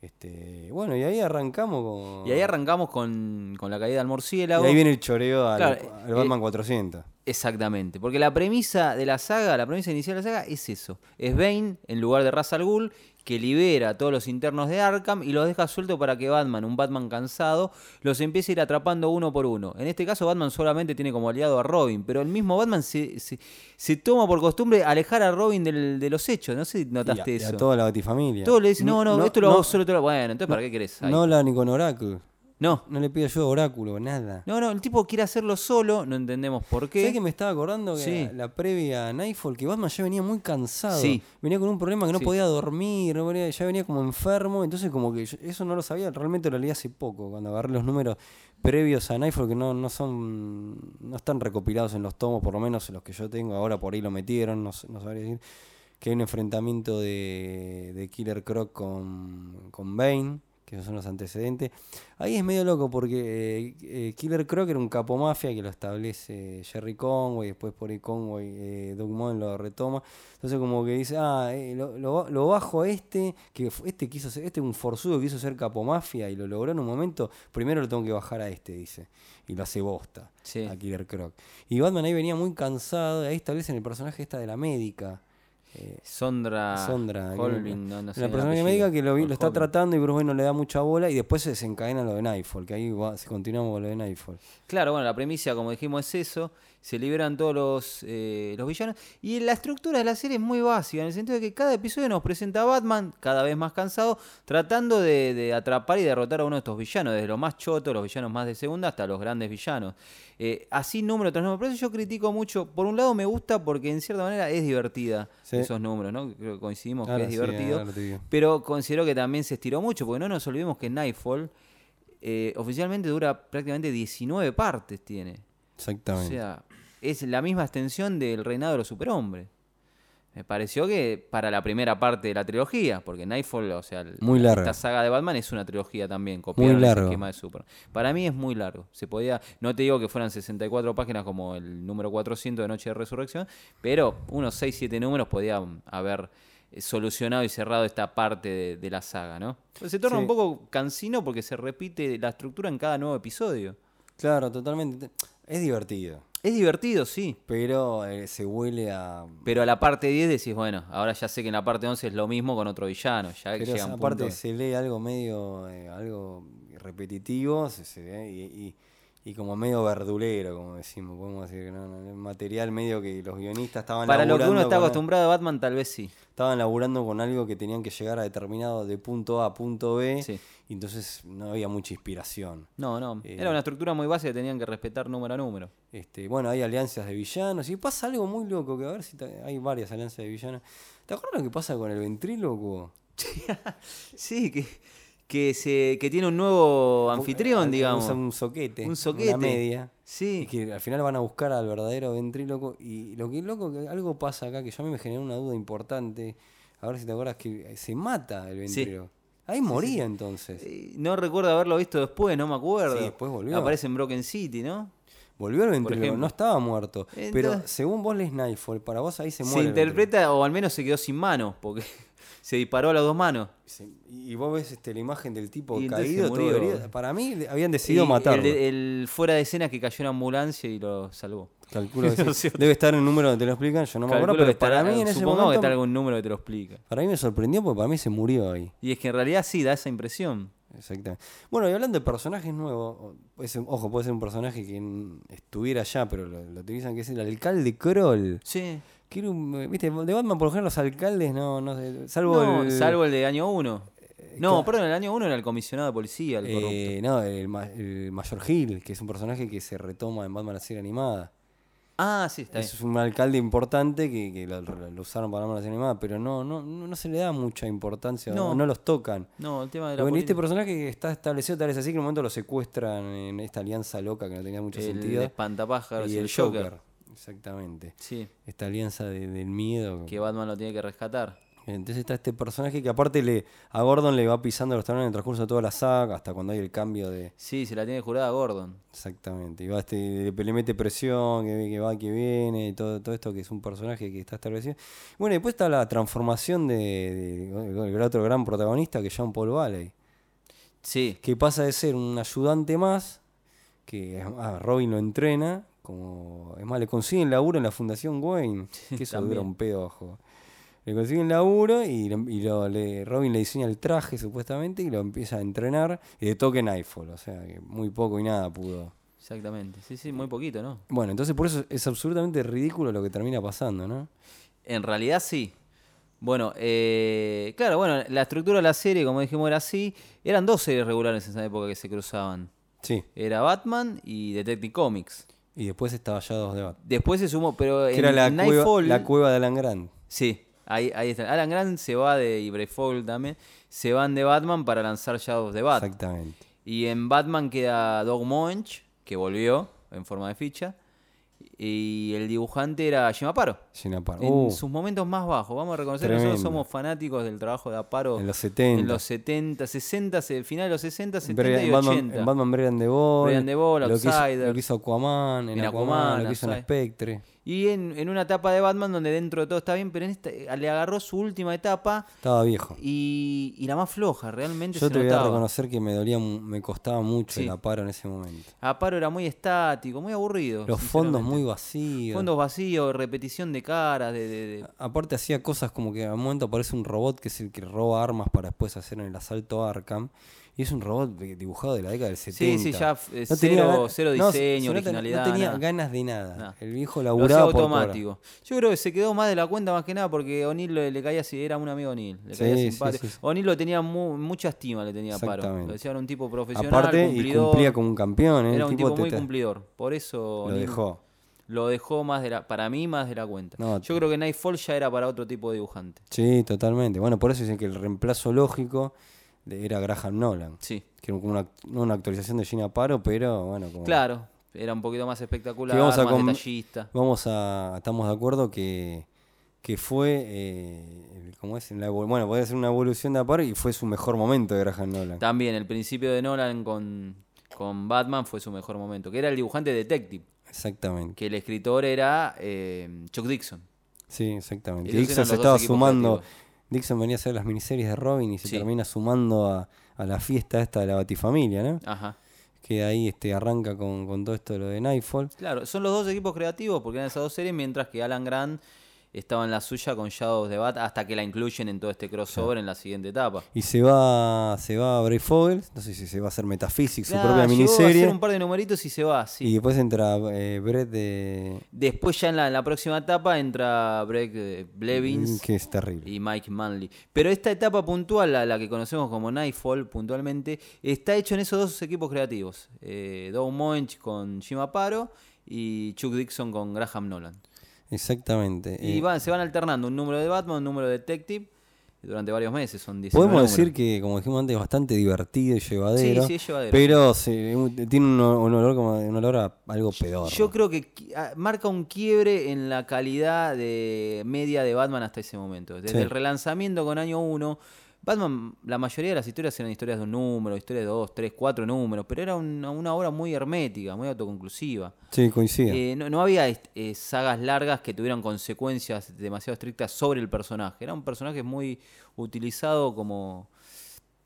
Este, bueno, y ahí arrancamos con...
Y ahí arrancamos con, con la caída del
y
murciélago.
ahí viene el choreo al,
Claro, eh,
al Batman 400.
Exactamente, porque la premisa de la saga, la premisa inicial de la saga es eso. Es Bane en lugar de Ra's al Ghul que libera a todos los internos de Arkham y los deja suelto para que Batman, un Batman cansado, los empiece a ir atrapando uno por uno. En este caso Batman solamente tiene como aliado a Robin, pero el mismo Batman se, se- se toma por costumbre alejar a Robin del- de los hechos. No sé si notaste
Y a, y a
eso.
toda la batifamilia.
Todos le dicen, no, no, esto lo hago
no,
solo, esto lo- Bueno, entonces ¿para qué querés? Ahí.
No habla ni con Oráculo.
no.
No le pide ayuda a Oráculo, nada.
No, no, el tipo quiere hacerlo solo, no entendemos por
¿Sabés que
qué.
me estaba acordando que
Sí.
la, la previa a Nightfall, que Batman ya venía muy cansado.
Sí.
Venía con un problema que no
Sí.
podía dormir, no podía- ya venía como enfermo. Entonces, como que yo- eso no lo sabía, realmente lo leí hace poco, cuando agarré los números previos a Nightfall, que no, no son. no están recopilados en los tomos, por lo menos en los que yo tengo. Ahora por ahí lo metieron, no, sé- no sabría decir. Que hay un enfrentamiento de, de Killer Croc con, con Bane, que esos son los antecedentes. Ahí es medio loco porque eh, eh, Killer Croc era un capo mafia que lo establece Jerry Conway, después por ahí Conway, eh, Doug Moen lo retoma. Entonces como que dice, ah, eh, lo, lo- lo bajo a este, que f- este quiso ser, este es un forzudo que quiso ser capo mafia y lo logró en un momento, primero lo tengo que bajar a este, dice. Y lo hace bosta
Sí.
a Killer Croc. Y Batman ahí venía muy cansado, y ahí establecen el personaje esta de la médica. eh,
Sondra.
Sondra. que
Holbin, Ah, no, no sé.
la
el
persona que
apellido.
me diga que lo, vi- lo está
Holbin.
tratando y Bruce Wayne no le da mucha bola y después se desencadena lo de Nightfall, que ahí va, si continuamos con lo de Nightfall.
Claro, bueno, la premisa, como dijimos, es eso. Se liberan todos los, eh, los villanos. Y la estructura de la serie es muy básica, en el sentido de que cada episodio nos presenta a Batman, cada vez más cansado, tratando de, de atrapar y derrotar a uno de estos villanos, desde los más chotos, los villanos más de segunda, hasta los grandes villanos. Eh, así número tras número. Por eso yo critico mucho. Por un lado me gusta porque en cierta manera es divertida
Sí.
esos números, ¿no? Creo que coincidimos que
Ahora
es
sí,
divertido.
ahora te digo.
Pero considero que también se estiró mucho, porque no nos olvidemos que Nightfall eh, oficialmente dura prácticamente 19 partes tiene. O
Exactamente.
sea, es la misma extensión del reinado de los superhombres. Me pareció que para la primera parte de la trilogía, porque Nightfall, o sea, el-
Muy larga.
esta saga de Batman es una trilogía también, copiaron el
largo.
esquema de Super. Para mí es muy largo. Se podía, no te digo que fueran 64 páginas como el número 400 de Noche de Resurrección, pero unos 6, 7 números podían haber eh, solucionado y cerrado esta parte de, de la saga, ¿no? Pero se torna
Sí.
un poco cansino porque se repite la estructura en cada nuevo episodio.
Claro, totalmente. Te- Es divertido,
Es divertido, sí.
pero eh, se huele a...
Pero a la parte 10 decís, bueno, ahora ya sé que en la parte 11 es lo mismo con otro villano. Ya
Pero
llega un
aparte
punto-
se lee algo medio eh, algo repetitivo se, se ve, y, y- y como medio verdulero, como decimos, podemos decir que no, no, material medio que los guionistas estaban
Para lo que uno
laburando
está
con-
acostumbrado a Batman, tal vez sí.
estaban laburando con algo que tenían que llegar a determinado de punto A a punto B,
Sí.
y entonces no había mucha inspiración.
No, no.
Eh.
Era una estructura muy básica que tenían que respetar número a número. [LAUGHS]
Este, bueno, hay alianzas de villanos, y pasa algo muy loco, que a ver si te- hay varias alianzas de villanos. ¿Te acuerdas lo que pasa con el ventríloco?
Sí, que, que, se, que tiene un nuevo anfitrión,
Un-
digamos.
Un, soquete.
Un soquete.
Una media.
Sí.
Y que al final van a buscar al verdadero ventríloco. Y lo que es loco, que algo pasa acá, que yo a mí me generó una duda importante. A ver si te acuerdas que se mata el
Sí.
ventríloco. Ahí moría entonces.
Eh, No recuerdo haberlo visto después, no me acuerdo.
Sí, después volvió.
Aparece en Broken City, ¿no?
Volvió el ventríloco,
ejemplo.
no estaba muerto.
Entonces-
pero según vos lees Nightfall, para vos ahí se
Se
muere. el ventríloco.
interpreta, o al menos se quedó sin manos, porque [LAUGHS] se disparó a las dos manos.
Se- Y vos ves este, la imagen del tipo
Y entonces
caído, todo
murió.
herido. Para mí le- habían decidido
Y
matarlo.
El, el fuera de eh, escena que cayó en ambulancia y lo salvó. [LAUGHS]
Calculo que
No
sí.
sé.
Debe estar en el número donde te lo explican, yo no me acuerdo,
Calculo
pero
que estará-
para mí en ese
supongo que
momento.
está algún número que te lo explica.
Para mí me sorprendió porque para mí se murió ahí.
Y es que en realidad sí da esa impresión.
Exactamente. Bueno, y hablando de personajes nuevos, o- puede ser- ojo, puede ser un personaje que n- estuviera allá, pero lo, lo utilizan, que es el alcalde Kroll.
Sí.
Que era un- eh, viste, de Batman por lo general los alcaldes no, no sé, salvo
Salvo,
el, Eh,
el... de año 1. No,
claro.
perdón, el año 1 era el comisionado de policía, el corrupto.
Eh, no, el, ma- el Mayor Hill, que es un personaje que se retoma en Batman la serie animada.
ah, sí, está bien.
Es un alcalde importante que, que lo, lo usaron para Batman la serie animada, pero no, no, no no se le da mucha importancia, no,
No.
no los tocan.
No, el tema de la
Bueno, y este
política.
personaje que está establecido tal vez así que en un momento lo secuestran en esta alianza loca que no tenía mucho
el
sentido.
espantapájaros
y el Joker.
Joker.
Exactamente.
Sí,
Esta alianza de- del miedo.
que Batman lo tiene que rescatar.
Entonces está este personaje que aparte le a Gordon le va pisando los talones en el transcurso de toda la saga, hasta cuando hay el cambio de...
Sí, se la tiene jurada a Gordon.
Exactamente. Y va este, le, le mete presión, que, que va, que viene, y todo, todo esto que es un personaje que está establecido. Bueno, y después está la transformación de, de- del otro gran protagonista que es Jean Paul Valley.
Sí,
que pasa de ser un ayudante más, que a Robin lo entrena, como es más, le consiguen laburo en la Fundación Wayne, que eso dura
También.
un pedo ojo. Le consigue un laburo y, lo- y lo- le- Robin le diseña el traje supuestamente y lo empieza a entrenar y le toca Nightfall, o sea que muy poco y nada pudo.
Exactamente. Sí, sí, muy poquito, ¿no?
Bueno, entonces por eso es absolutamente ridículo lo que termina pasando, ¿no?
En realidad sí. Bueno, eh, claro, bueno, la estructura de la serie, como dijimos, era así. Eran dos series regulares en esa época que se cruzaban.
Sí.
Era Batman y Detective Comics.
Y después estaba ya dos de Bat.
Después se sumó, pero
Que
en
era la cueva,
Nightfall...
la cueva de Alan Grant.
Sí, ahí, ahí está. Alan Grant se va de... Y Brayfall también. Se van de Batman para lanzar Shadows de Bat.
Exactamente.
Y en Batman queda Doug Monch, que volvió en forma de ficha. Y el dibujante era Jim Aparo.
Sin apar-
En
Uh,
sus momentos más bajos, vamos a reconocer, que
Tremendo.
nosotros somos fanáticos del trabajo de Aparo
En los 70.
en los 70, 60, se- final de los 60, 70
Bre-
y
en Batman,
80.
en Batman Brave and the Bold,
Brave and the Bold,
lo que hizo-
Outsider.
lo que hizo Aquaman, en,
En
Aquaman,
Aquaman,
lo que hizo en
Outsider.
Spectre.
Y en, en una etapa de Batman donde dentro de todo está bien, pero en esta, eh, le agarró su última etapa
Estaba viejo.
y, y la más floja, realmente
Yo
se
te voy a
notaba.
reconocer que me dolía, mu- me costaba mucho
Sí.
el aparo en ese momento.
Aparo era muy estático, muy aburrido.
Los fondos
sinceramente.
muy vacíos.
Fondos vacíos, repetición de caras, de- de- de,
Aparte hacía cosas como que al momento aparece un robot que es el que roba armas para después hacer el asalto a Arkham. Y es un robot de- dibujado de la década del 70.
sí, ya, eh, cero-
gan-
cero
no,
diseño,
no ten-
originalidad,
No tenía
nada.
ganas de nada.
Nada.
El viejo
Lo hacía
laburaba por cobrar.
automático. Yo creo que se quedó más de la cuenta más que nada porque O'Neill le, le caía si era un amigo O'Neill. Le
Sí,
caía
sí,
simpático.
sí, sí.
O'Neill lo tenía mu- mucha estima, le tenía a paro.
Exactamente.
Lo decía, era un tipo profesional,
Aparte, y
cumplidor.
cumplía como un campeón. ¿eh?
era un
El
tipo,
te-
muy
te-
cumplidor. Por eso
Lo
O'Neill
dejó.
lo dejó más de la, para mí más de la cuenta.
No,
Yo creo que Nightfall ya era para otro tipo de dibujante.
Sí, totalmente. Bueno, por eso dicen que el reemplazo lógico de- era Graham Nolan.
Sí.
Que era como una, no una actualización de Gina Paro, pero bueno, como
Claro, era un poquito más espectacular,
Que vamos a
más
com-
detallista.
vamos a. estamos de acuerdo que, que fue eh, el- ¿cómo es? La evol- bueno, podía ser una evolución de Aparo y fue su mejor momento de Graham Nolan.
También el principio de Nolan con, con Batman fue su mejor momento, que era el dibujante detective.
Exactamente.
que el escritor era eh, Chuck Dixon.
Sí, exactamente.
Ellos
Dixon
eran
se
los dos
estaba
equipos
sumando.
creativos.
Dixon venía a hacer las miniseries de Robin y se
Sí.
termina sumando a, a la fiesta esta de la Batifamilia, ¿no?
Ajá.
Que ahí este, arranca con, con todo esto de lo de Nightfall.
Claro, son los dos equipos creativos porque eran esas dos series, mientras que Alan Grant estaba en la suya con Shadows de Bat hasta que la incluyen en todo este crossover en la siguiente etapa.
Y se va, se va a Bray Fogels, no sé si se va a hacer Metaphysics, su
Claro,
propia
llegó a hacer
miniserie.
un par de numeritos y se va, sí.
Y después entra eh, Brett de.
Después ya en la, en la próxima etapa entra Greg eh, Blevins
Mm, que es terrible.
y Mike Manley. Pero esta etapa puntual, la, la que conocemos como Nightfall puntualmente, está hecho en esos dos equipos creativos. Eh, Doug Monch con Jim Aparo y Chuck Dixon con Graham Nolan.
Exactamente.
Y
eh,
van- se van alternando un número de Batman, un número de Detective, durante varios meses, son 19
podemos
números.
decir que, como dijimos antes, es bastante divertido y llevadero.
Sí, sí, es llevadero.
Pero se- un- tiene un, o- un olor como un olor a algo pedor.
Yo creo que qui- ah, marca un quiebre en la calidad de media de Batman hasta ese momento.
Sí.
Desde el relanzamiento con año 1, Batman, la mayoría de las historias eran historias de un número, historias de dos, tres, cuatro números, pero era una, una obra muy hermética, muy autoconclusiva.
Sí, coincide.
Eh, no, no había est- eh, sagas largas que tuvieran consecuencias demasiado estrictas sobre el personaje. Era un personaje muy utilizado como.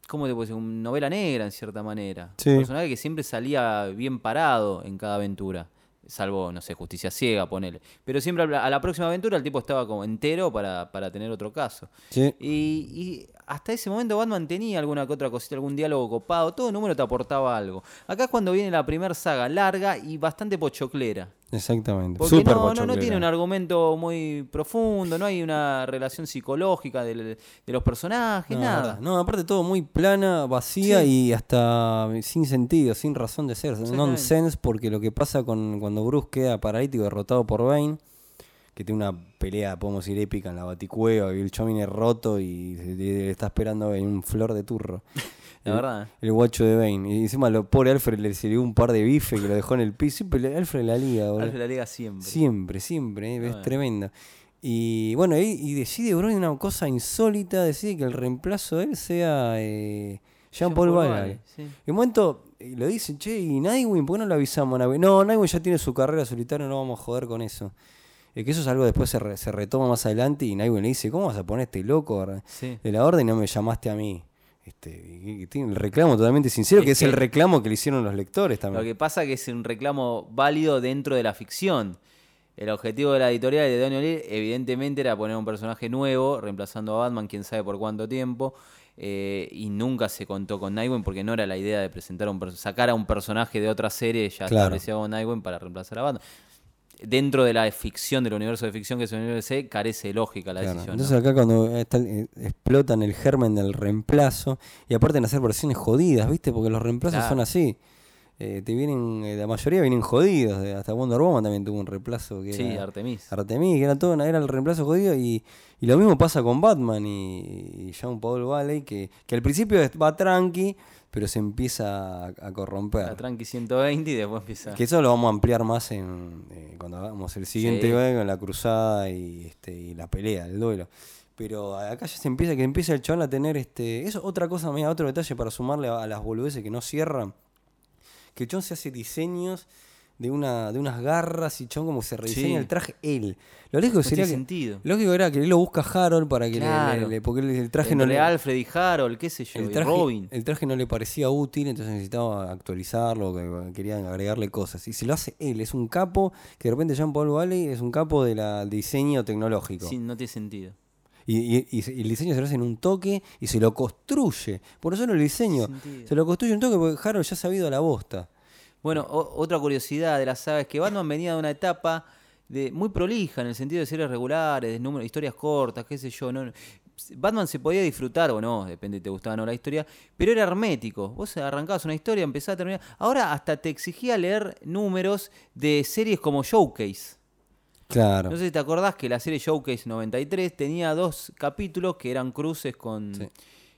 ¿Cómo te puedo decir? Una novela negra, en cierta manera.
Sí.
Un personaje que siempre salía bien parado en cada aventura. Salvo, no sé, Justicia Ciega, ponele. Pero siempre a la, a la próxima aventura el tipo estaba como entero para, para tener otro caso.
Sí.
Y, y hasta ese momento Batman tenía alguna que otra cosita, algún diálogo copado, todo número te aportaba algo. Acá es cuando viene la primera saga larga y bastante pochoclera.
Exactamente.
Porque
Súper
no, no, no
pochoclera.
tiene un argumento muy profundo, no hay una relación psicológica del- de los personajes,
No,
nada.
verdad. No, aparte todo muy plana, vacía y hasta sin sentido, sin razón de ser.
Exactamente.
Nonsense, porque lo que pasa con cuando Bruce queda paralítico derrotado por Bane, que tiene una pelea, podemos decir, épica en la baticueva, y el chon viene roto y le- le está esperando Bane, un flor de turro.
[LAUGHS] La
El-
verdad.
El guacho de Bane. Y encima lo pobre Alfred le sirvió un par de bifes que lo dejó en el piso. Siempre le- Alfred la liga, boludo.
Alfred la liga siempre.
Siempre, siempre, ¿eh? es tremendo. Y bueno, y, y decide Brody una cosa insólita, decide que el reemplazo de él sea eh, Jean-Paul
Jean-Paul
Valley.
Valley, sí.
En un momento eh, lo dicen, che, y Nightwing, ¿por qué no lo avisamos? a Nightwing?" No, Nightwing ya tiene su carrera solitaria, no vamos a joder con eso. Eh, que eso es algo que después se, re- se retoma más adelante y Nightwing le dice, ¿cómo vas a poner este loco de
Sí.
la orden y no me llamaste a mí? Este, y- y tiene el reclamo totalmente sincero,
Es
que es el
que-
reclamo que le hicieron los lectores también.
Lo que pasa que es un reclamo válido dentro de la ficción. El objetivo de la editorial de Daniel O'Neill, evidentemente, era poner un personaje nuevo, reemplazando a Batman, quién sabe por cuánto tiempo. eh, y nunca se contó con Nightwing porque no era la idea de presentar a un per- sacar a un personaje de otra serie ya
Claro.
establecida con Nightwing para reemplazar a Batman. Dentro de la ficción, del universo de ficción que es el universo DC, carece de lógica la
Claro,
decisión. ¿no?
Entonces acá cuando está el- eh, explotan el germen del reemplazo, y aparte en hacer versiones jodidas, ¿viste? Porque los reemplazos
Claro.
son así. Eh, te vienen, eh, la mayoría vienen jodidos. eh, Hasta Wonder Woman también tuvo un reemplazo que
Sí,
era
Artemis.
Artemis, que era todo, era el reemplazo jodido. Y, y lo mismo pasa con Batman y, y Jean Paul Valley, que, que al principio va tranqui, pero se empieza a, a
La
corromper.
Tranqui 120 y después empieza.
Que eso lo vamos a ampliar más en, eh, cuando hagamos el siguiente
Sí.
eh, con la cruzada y, este, y la pelea, el duelo. Pero acá ya se empieza, que empieza el chabón a tener este. Eso, otra cosa, mira, otro detalle para sumarle a, a las boludeces que no cierran. Que el chabón se hace diseños de una, de unas garras y chon como que se rediseña
Sí.
el traje él. Lo lógico
No
sería
tiene
que-
sentido.
Lógico era que él lo busca a Harold para que le- le-
Claro.
le, porque el traje no
Entre
le.
Alfred y Harold, qué sé yo,
El
y
traje,
Robin.
el traje no le parecía útil, entonces necesitaba actualizarlo, que- querían agregarle cosas. Y se lo hace él, es un capo, que de repente Jean Paul Valley es un capo del diseño tecnológico.
Sí, no tiene sentido.
Y, y- y se- y el diseño se lo hace en un toque y se lo construye. Por eso no el diseño,
sentido.
se lo construye en un toque porque Harold ya se ha sabido a la bosta.
Bueno, o- otra curiosidad de la saga es que Batman venía de una etapa de muy prolija en el sentido de series regulares, de número- historias cortas, qué sé yo. No, Batman se podía disfrutar o no, depende te gustaba o no la historia, pero era hermético. Vos arrancabas una historia, empezabas a terminar. Ahora hasta te exigía leer números de series como Showcase.
Claro.
No sé si te acordás que la serie Showcase 93 tenía dos capítulos que eran cruces con,
Sí.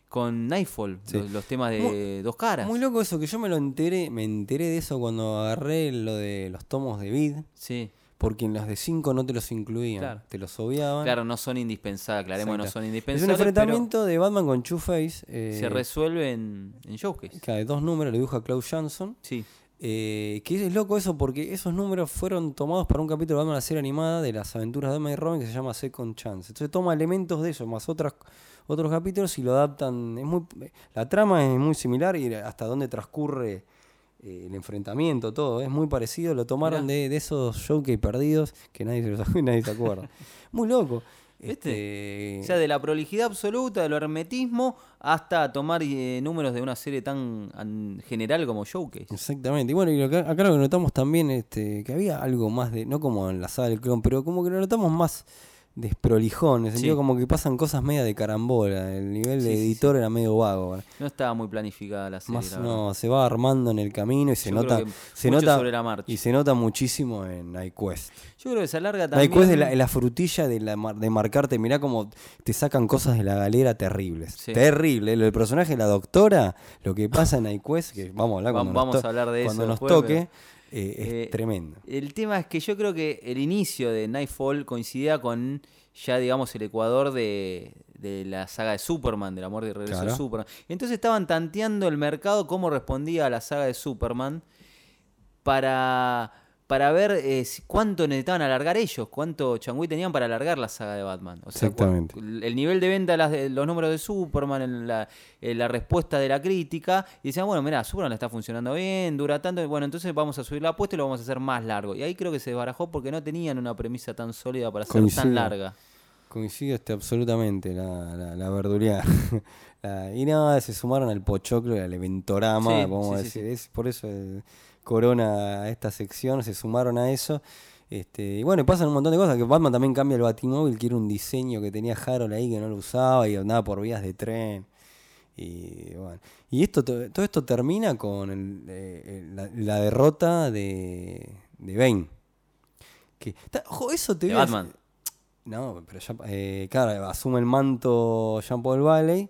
con Nightfall,
Sí.
los, los temas de
Muy-
dos caras.
Muy loco eso, que yo me lo enteré, me enteré de eso cuando agarré lo de los tomos de Vid,
Sí.
porque en los de 5 no te los incluían,
Claro.
te los obviaban.
Claro, no son indispensables, aclaremos que no
Exacto.
son
Es un
indispensables.
enfrentamiento de Batman con Two-Face.
pero
eh,
se resuelve en, en Showcase.
claro, de dos números, lo dibuja Klaus Johnson.
Sí.
eh, que es loco eso porque esos números fueron tomados para un capítulo de Batman la serie animada de las aventuras de Batman y Robin que se llama Second Chance. Entonces toma elementos de eso, más otras, otros capítulos y lo adaptan. Es muy, la trama es muy similar y hasta dónde transcurre eh, el enfrentamiento, todo. Es muy parecido, lo tomaron
Mirá.
de, de esos showcase perdidos que nadie se, los- [LAUGHS] nadie se acuerda. muy loco.
¿Viste?
Este,
O sea, de la prolijidad absoluta, del hermetismo, hasta tomar eh, números de una serie tan an- general como Showcase.
Exactamente. Y bueno, y lo que- acá lo que notamos también, este, que había algo más de, no como en la saga del clon, pero como que lo notamos más desprolijón, en el sentido
Sí.
como que pasan cosas media de carambola, el nivel de
Sí, sí,
editor era medio vago. ¿verdad?
No estaba muy planificada la serie.
más
la verdad.
no, se va armando en el camino y se
Yo creo
nota,
que
se
mucho
nota
sobre la marcha.
y se nota muchísimo en iQuest.
Yo creo que se alarga también.
iQuest es la, es la frutilla de, la, mar- de marcarte, mirá como te sacan cosas de la galera terribles.
Sí.
Terrible, ¿eh? el personaje de la doctora, lo que pasa en iQuest, que vamos a hablar cuando
Vam-
nos
vamos a
to-
hablar de
cuando
eso
nos
después,
toque, eh, es
Eh,
tremendo.
El tema es que yo creo que el inicio de Nightfall coincidía con ya, digamos, el Ecuador de, de la saga de Superman, del amor de regreso
Claro.
de Superman. Entonces estaban tanteando el mercado cómo respondía a la saga de Superman para, para ver eh, si- cuánto necesitaban alargar ellos, cuánto Changui tenían para alargar la saga de Batman. O sea, cua-
Exactamente.
el nivel de venta de las- de los números de Superman, el- la, eh, la respuesta de la crítica, y decían, bueno, mira, Superman está funcionando bien, dura tanto, bueno, entonces vamos a subir la apuesta y lo vamos a hacer más largo. Y ahí creo que se desbarajó porque no tenían una premisa tan sólida para ser
Coincido.
tan larga.
Coincido este, absolutamente la, la, la verduleada. [LAUGHS] La- y nada, se sumaron al pochoclo y al eventorama,
Sí,
vamos a
sí, sí,
decir.
sí.
Es, por eso eh, corona a esta sección, se sumaron a eso. Este, y bueno, y pasan un montón de cosas, que Batman también cambia el batimóvil, que era un diseño que tenía Harold ahí que no lo usaba y andaba por vías de tren. Y bueno, y esto to- todo esto termina con el- eh, el- la, la derrota de, de Bane. Que, ta- ojo, eso te
De
voy a-
Batman.
no, pero ya, eh, claro, asume el manto Jean Paul Valley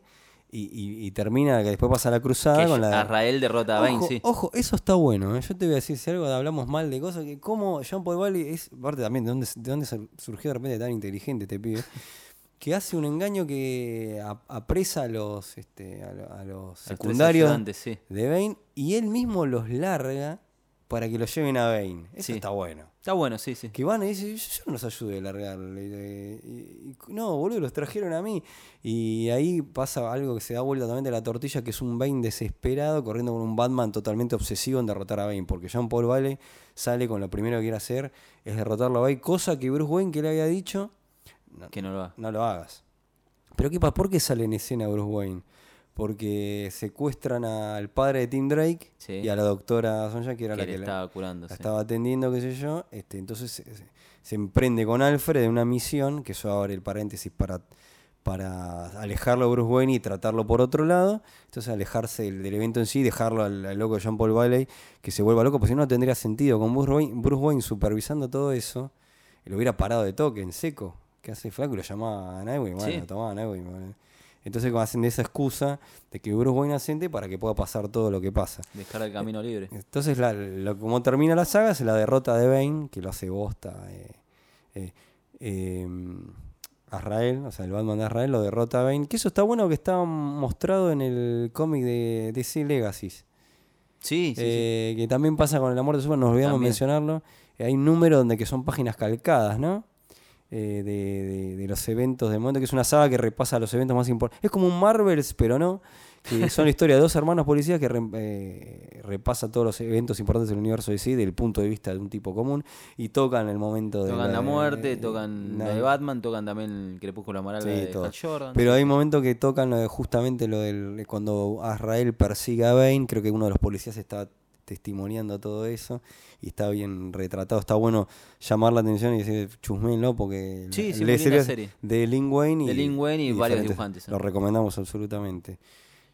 y, y- y termina, que después pasa la cruzada
Que
con la...
Azrael derrota a Bane,
ojo,
sí.
ojo, eso está bueno. ¿eh? Yo te voy a decir, si algo hablamos mal de cosas, que como Jean Paul Valley es parte también de dónde, de dónde sur- surgió de repente tan inteligente este pibe, [LAUGHS] que hace un engaño que a- apresa a los, este, a, lo- a los
tres
secundarios
ayudantes, sí.
de Bane y él mismo los larga para que lo lleven a Bane. Eso
Sí.
está bueno.
Está bueno, sí, sí.
Que van y dicen, yo, yo no los ayude a largar. le- le- y- y- no, boludo, los trajeron a mí. Y ahí pasa algo que se da vuelta también de la tortilla, que es un Bane desesperado corriendo con un Batman totalmente obsesivo en derrotar a Bane. Porque Jean Paul Vale sale con lo primero que quiere hacer es derrotarlo a Bane, cosa que Bruce Wayne que le había dicho, no,
Que no lo haga.
no lo hagas. Pero ¿qué pasa? ¿Por qué sale en escena Bruce Wayne? Porque secuestran al padre de Tim Drake
Sí.
y a la doctora Sonja, que era
Que
la
le
que la-
estaba curando.
la
sí.
estaba atendiendo, qué sé yo. Este, entonces se, se- se emprende con Alfred en una misión, que yo abre el paréntesis para, para alejarlo a Bruce Wayne y tratarlo por otro lado. Entonces alejarse del, del evento en sí, dejarlo al, al loco Jean Paul Valley, que se vuelva loco, porque si no, no tendría sentido. Con Bruce Wayne, Bruce Wayne supervisando todo eso, lo hubiera parado de toque, en seco. ¿Qué hace flaco? Y Lo llamaba a Nightwing, bueno,
Sí.
tomá, Nightwing, bueno. Entonces como hacen de esa excusa de que Bruce Wayne asente para que pueda pasar todo lo que pasa.
Dejar el camino libre.
Entonces, la, lo- como termina la saga, es la derrota de Bane, que lo hace bosta. Eh, eh, eh, Azrael, o sea, el Batman de Azrael lo derrota a Bane. Que eso está bueno que está mostrado en el cómic de DC Legacy.
Sí, sí, sí.
Eh, Que también pasa con el amor de Superman, nos olvidamos
También.
mencionarlo. Eh, Hay un número donde que son páginas calcadas, ¿no? Eh, de, de- de los eventos del momento, que es una saga que repasa los eventos más importantes. Es como un Marvels, pero no.
[LAUGHS]
Que son la historia de dos hermanos policías que re- eh, repasa todos los eventos importantes del universo de sí, del punto de vista de un tipo común, y tocan el momento de.
Tocan la muerte, tocan la
Night-
de Batman, tocan también el Crepúsculo Amaral
Sí,
de
todo.
Hal Jordan.
Pero hay momentos que tocan lo de- justamente lo del cuando Azrael persigue a Bane, creo que uno de los policías está testimoniando todo eso y está bien retratado, está bueno llamar la atención y decir chusmenlo porque
Sí, sí,
lees
muy linda
series
serie.
de Lin Wayne y,
De Lin Wayne y varios
diferentes.
dibujantes, ¿eh?
Lo recomendamos absolutamente.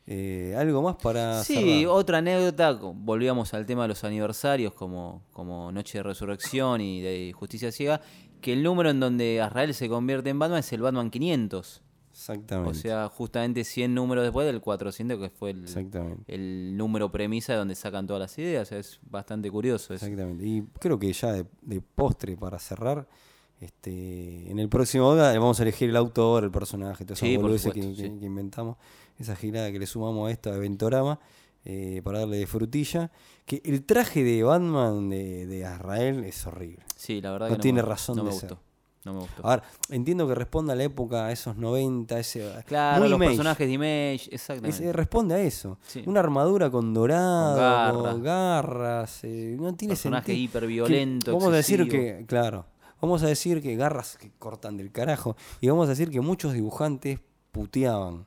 Eh, algo más para
sí,
cerrar?
otra anécdota, co- volvíamos al tema de los aniversarios como, como Noche de Resurrección y de Justicia Ciega, que el número en donde Azrael se convierte en Batman es el Batman 500.
Exactamente.
O sea, justamente 100 números después del 400, que fue el,
exactamente.
el número premisa de donde sacan todas las ideas. Es bastante curioso. eso.
Exactamente. Y creo que ya de, de postre para cerrar, este, en el próximo hogar vamos a elegir el autor, el personaje, todas esas
Sí, por
boludeces que,
supuesto,
que-
sí.
que inventamos, esa girada que le sumamos a esto a Ventorama, eh, para darle de frutilla. Que el traje de Batman de, de Azrael es horrible.
Sí, la verdad
No
que no
tiene
me,
razón
no
de
me
ser.
gustó. No me gustó.
Ahora, entiendo que responde a la época, a esos 90, ese.
claro,
muy
los
Image.
personajes de Image,
Es-
exactamente.
eh, responde a eso.
Sí.
Una armadura con dorado,
Con
con garras, eh, no tiene
Personaje
sentido.
hiperviolento,
Que- Vamos a decir
excesivo.
que, claro, vamos a decir que garras que cortan del carajo y vamos a decir que muchos dibujantes puteaban.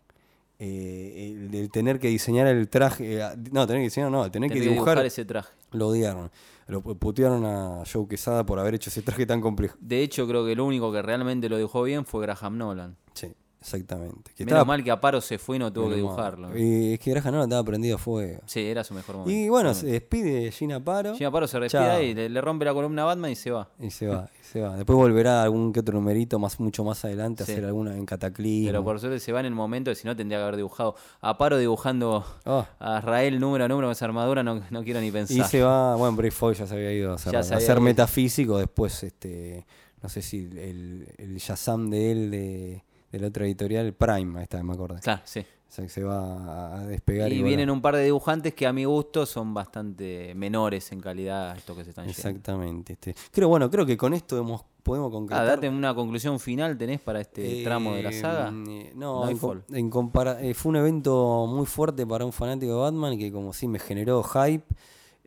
eh, el, el tener que diseñar el traje, eh, a- no, tener que diseñar, no, tener que
Tenés
dibujar,
ese traje.
lo odiaron. Lo pu- putearon a Joe Quesada por haber hecho ese traje tan complejo.
De hecho, creo que el único que realmente lo dibujó bien fue Graham Nolan.
Sí, exactamente. Que
Menos mal que Aparo se fue y no tuvo que dibujarlo.
Y es que Graham Nolan estaba prendido a fuego.
Sí, era su mejor momento.
Y bueno, se despide Gina Paro.
Jim Aparo se respira
Chao.
y le, le rompe la columna a Batman y se va.
Y se va, y se va. Después volverá algún que otro numerito más, mucho más adelante
Sí.
a hacer alguna en Cataclismo.
Pero por suerte se va en el momento, que si no tendría que haber dibujado. Aparo dibujando
Ah.
a Rael número a número con esa armadura, no, no quiero ni pensar.
Y se va, bueno, Brave Foy ya se había ido a hacer,
Ya
a
se había
hacer
ido.
metafísico, después este, no sé si el, el Shazam de él de, de la otra editorial, Prime, ahí está, me acuerdo.
Claro, sí.
O sea que se va a despegar y,
Y
volar.
vienen un par de dibujantes que a mi gusto son bastante menores en calidad a estos que se están yendo.
Exactamente. Este. Creo, bueno, creo que con esto hemos, podemos
Ah,
concretar.
date una conclusión final tenés para este tramo de la
Eh,
saga.
eh, No, en,
Nightfall.
com- en compara- eh, fue un evento muy fuerte para un fanático de Batman que como sí me generó hype,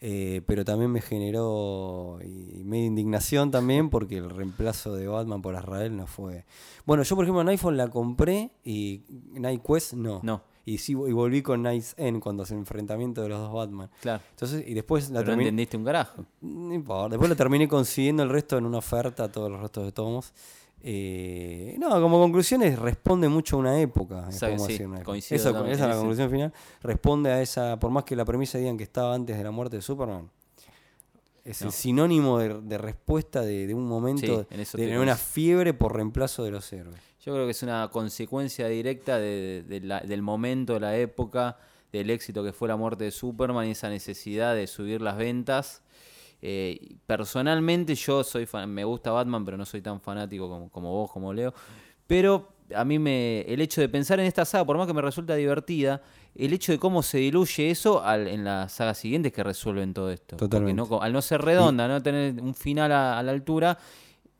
eh, pero también me generó y, y medio indignación
[LAUGHS]
también porque el reemplazo de Batman por Azrael no fue... Bueno, yo por ejemplo en iPhone la compré y Night Quest no.
No.
Y, sí, y volví con Night's End cuando hace el enfrentamiento de los dos Batman.
Claro.
Entonces, y después la
Pero no
terminé...
entendiste un carajo.
No importa. Después lo terminé consiguiendo el resto en una oferta, todos los restos de tomos. Eh, no, como conclusiones, responde mucho a una época.
Sabe,
podemos
sí,
decir, una época.
coincido
Eso-
totalmente,
esa es la
sí.
conclusión final. Responde a esa, por más que la premisa digan que estaba antes de la muerte de Superman. Es el sinónimo de, de respuesta de, de un momento,
Sí, en eso
de
te
una
coincido.
fiebre por reemplazo de los héroes.
Yo creo que es una consecuencia directa de- de la- del momento, de la época, del éxito que fue la muerte de Superman y esa necesidad de subir las ventas. Eh, personalmente yo soy fan, me gusta Batman, pero no soy tan fanático como, como vos, como Leo. Pero a mí me, el hecho de pensar en esta saga, por más que me resulta divertida, el hecho de cómo se diluye eso al- en las sagas siguientes que resuelven todo esto. Porque
Totalmente.
no co- al no ser redonda, no tener un final a, a la altura,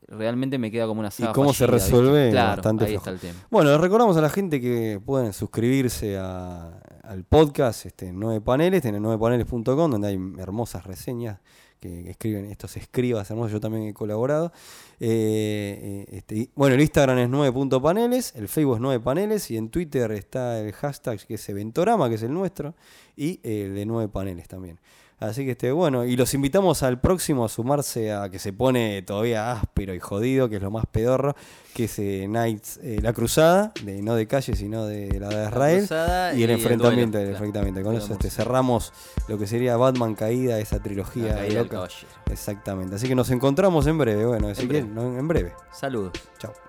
realmente me queda como una saga.
cómo se
fallida, ¿viste?
resuelve?
Claro,
Bastante
ahí
flojo.
está el tema.
Bueno, les recordamos a la gente que pueden suscribirse a- al podcast este, Nueve Paneles, en el nuevepaneles.com, donde hay hermosas reseñas que escriben estos escribas hermosos, yo también he colaborado. Eh, eh, este, y, bueno, el Instagram es 9.paneles, el Facebook es 9 paneles y en Twitter está el hashtag que es Eventorama, que es el nuestro, y eh, el de 9 paneles también. Así que este, bueno, y los invitamos al próximo a sumarse a que se pone todavía áspero y jodido, que es lo más pedorro, que es eh, Knights, eh, la cruzada, de, no de calle, sino de la de Israel.
cruzada
y el
y el
enfrentamiento,
duelo,
el
claro.
enfrentamiento. Con
Duelo
eso
amoroso.
este, cerramos lo que sería Batman Caída, esa
La
trilogía
caída del
loca.
caballero.
Exactamente. Así que nos encontramos en breve, bueno, así que
breve.
no, en breve.
Saludos.
Chao.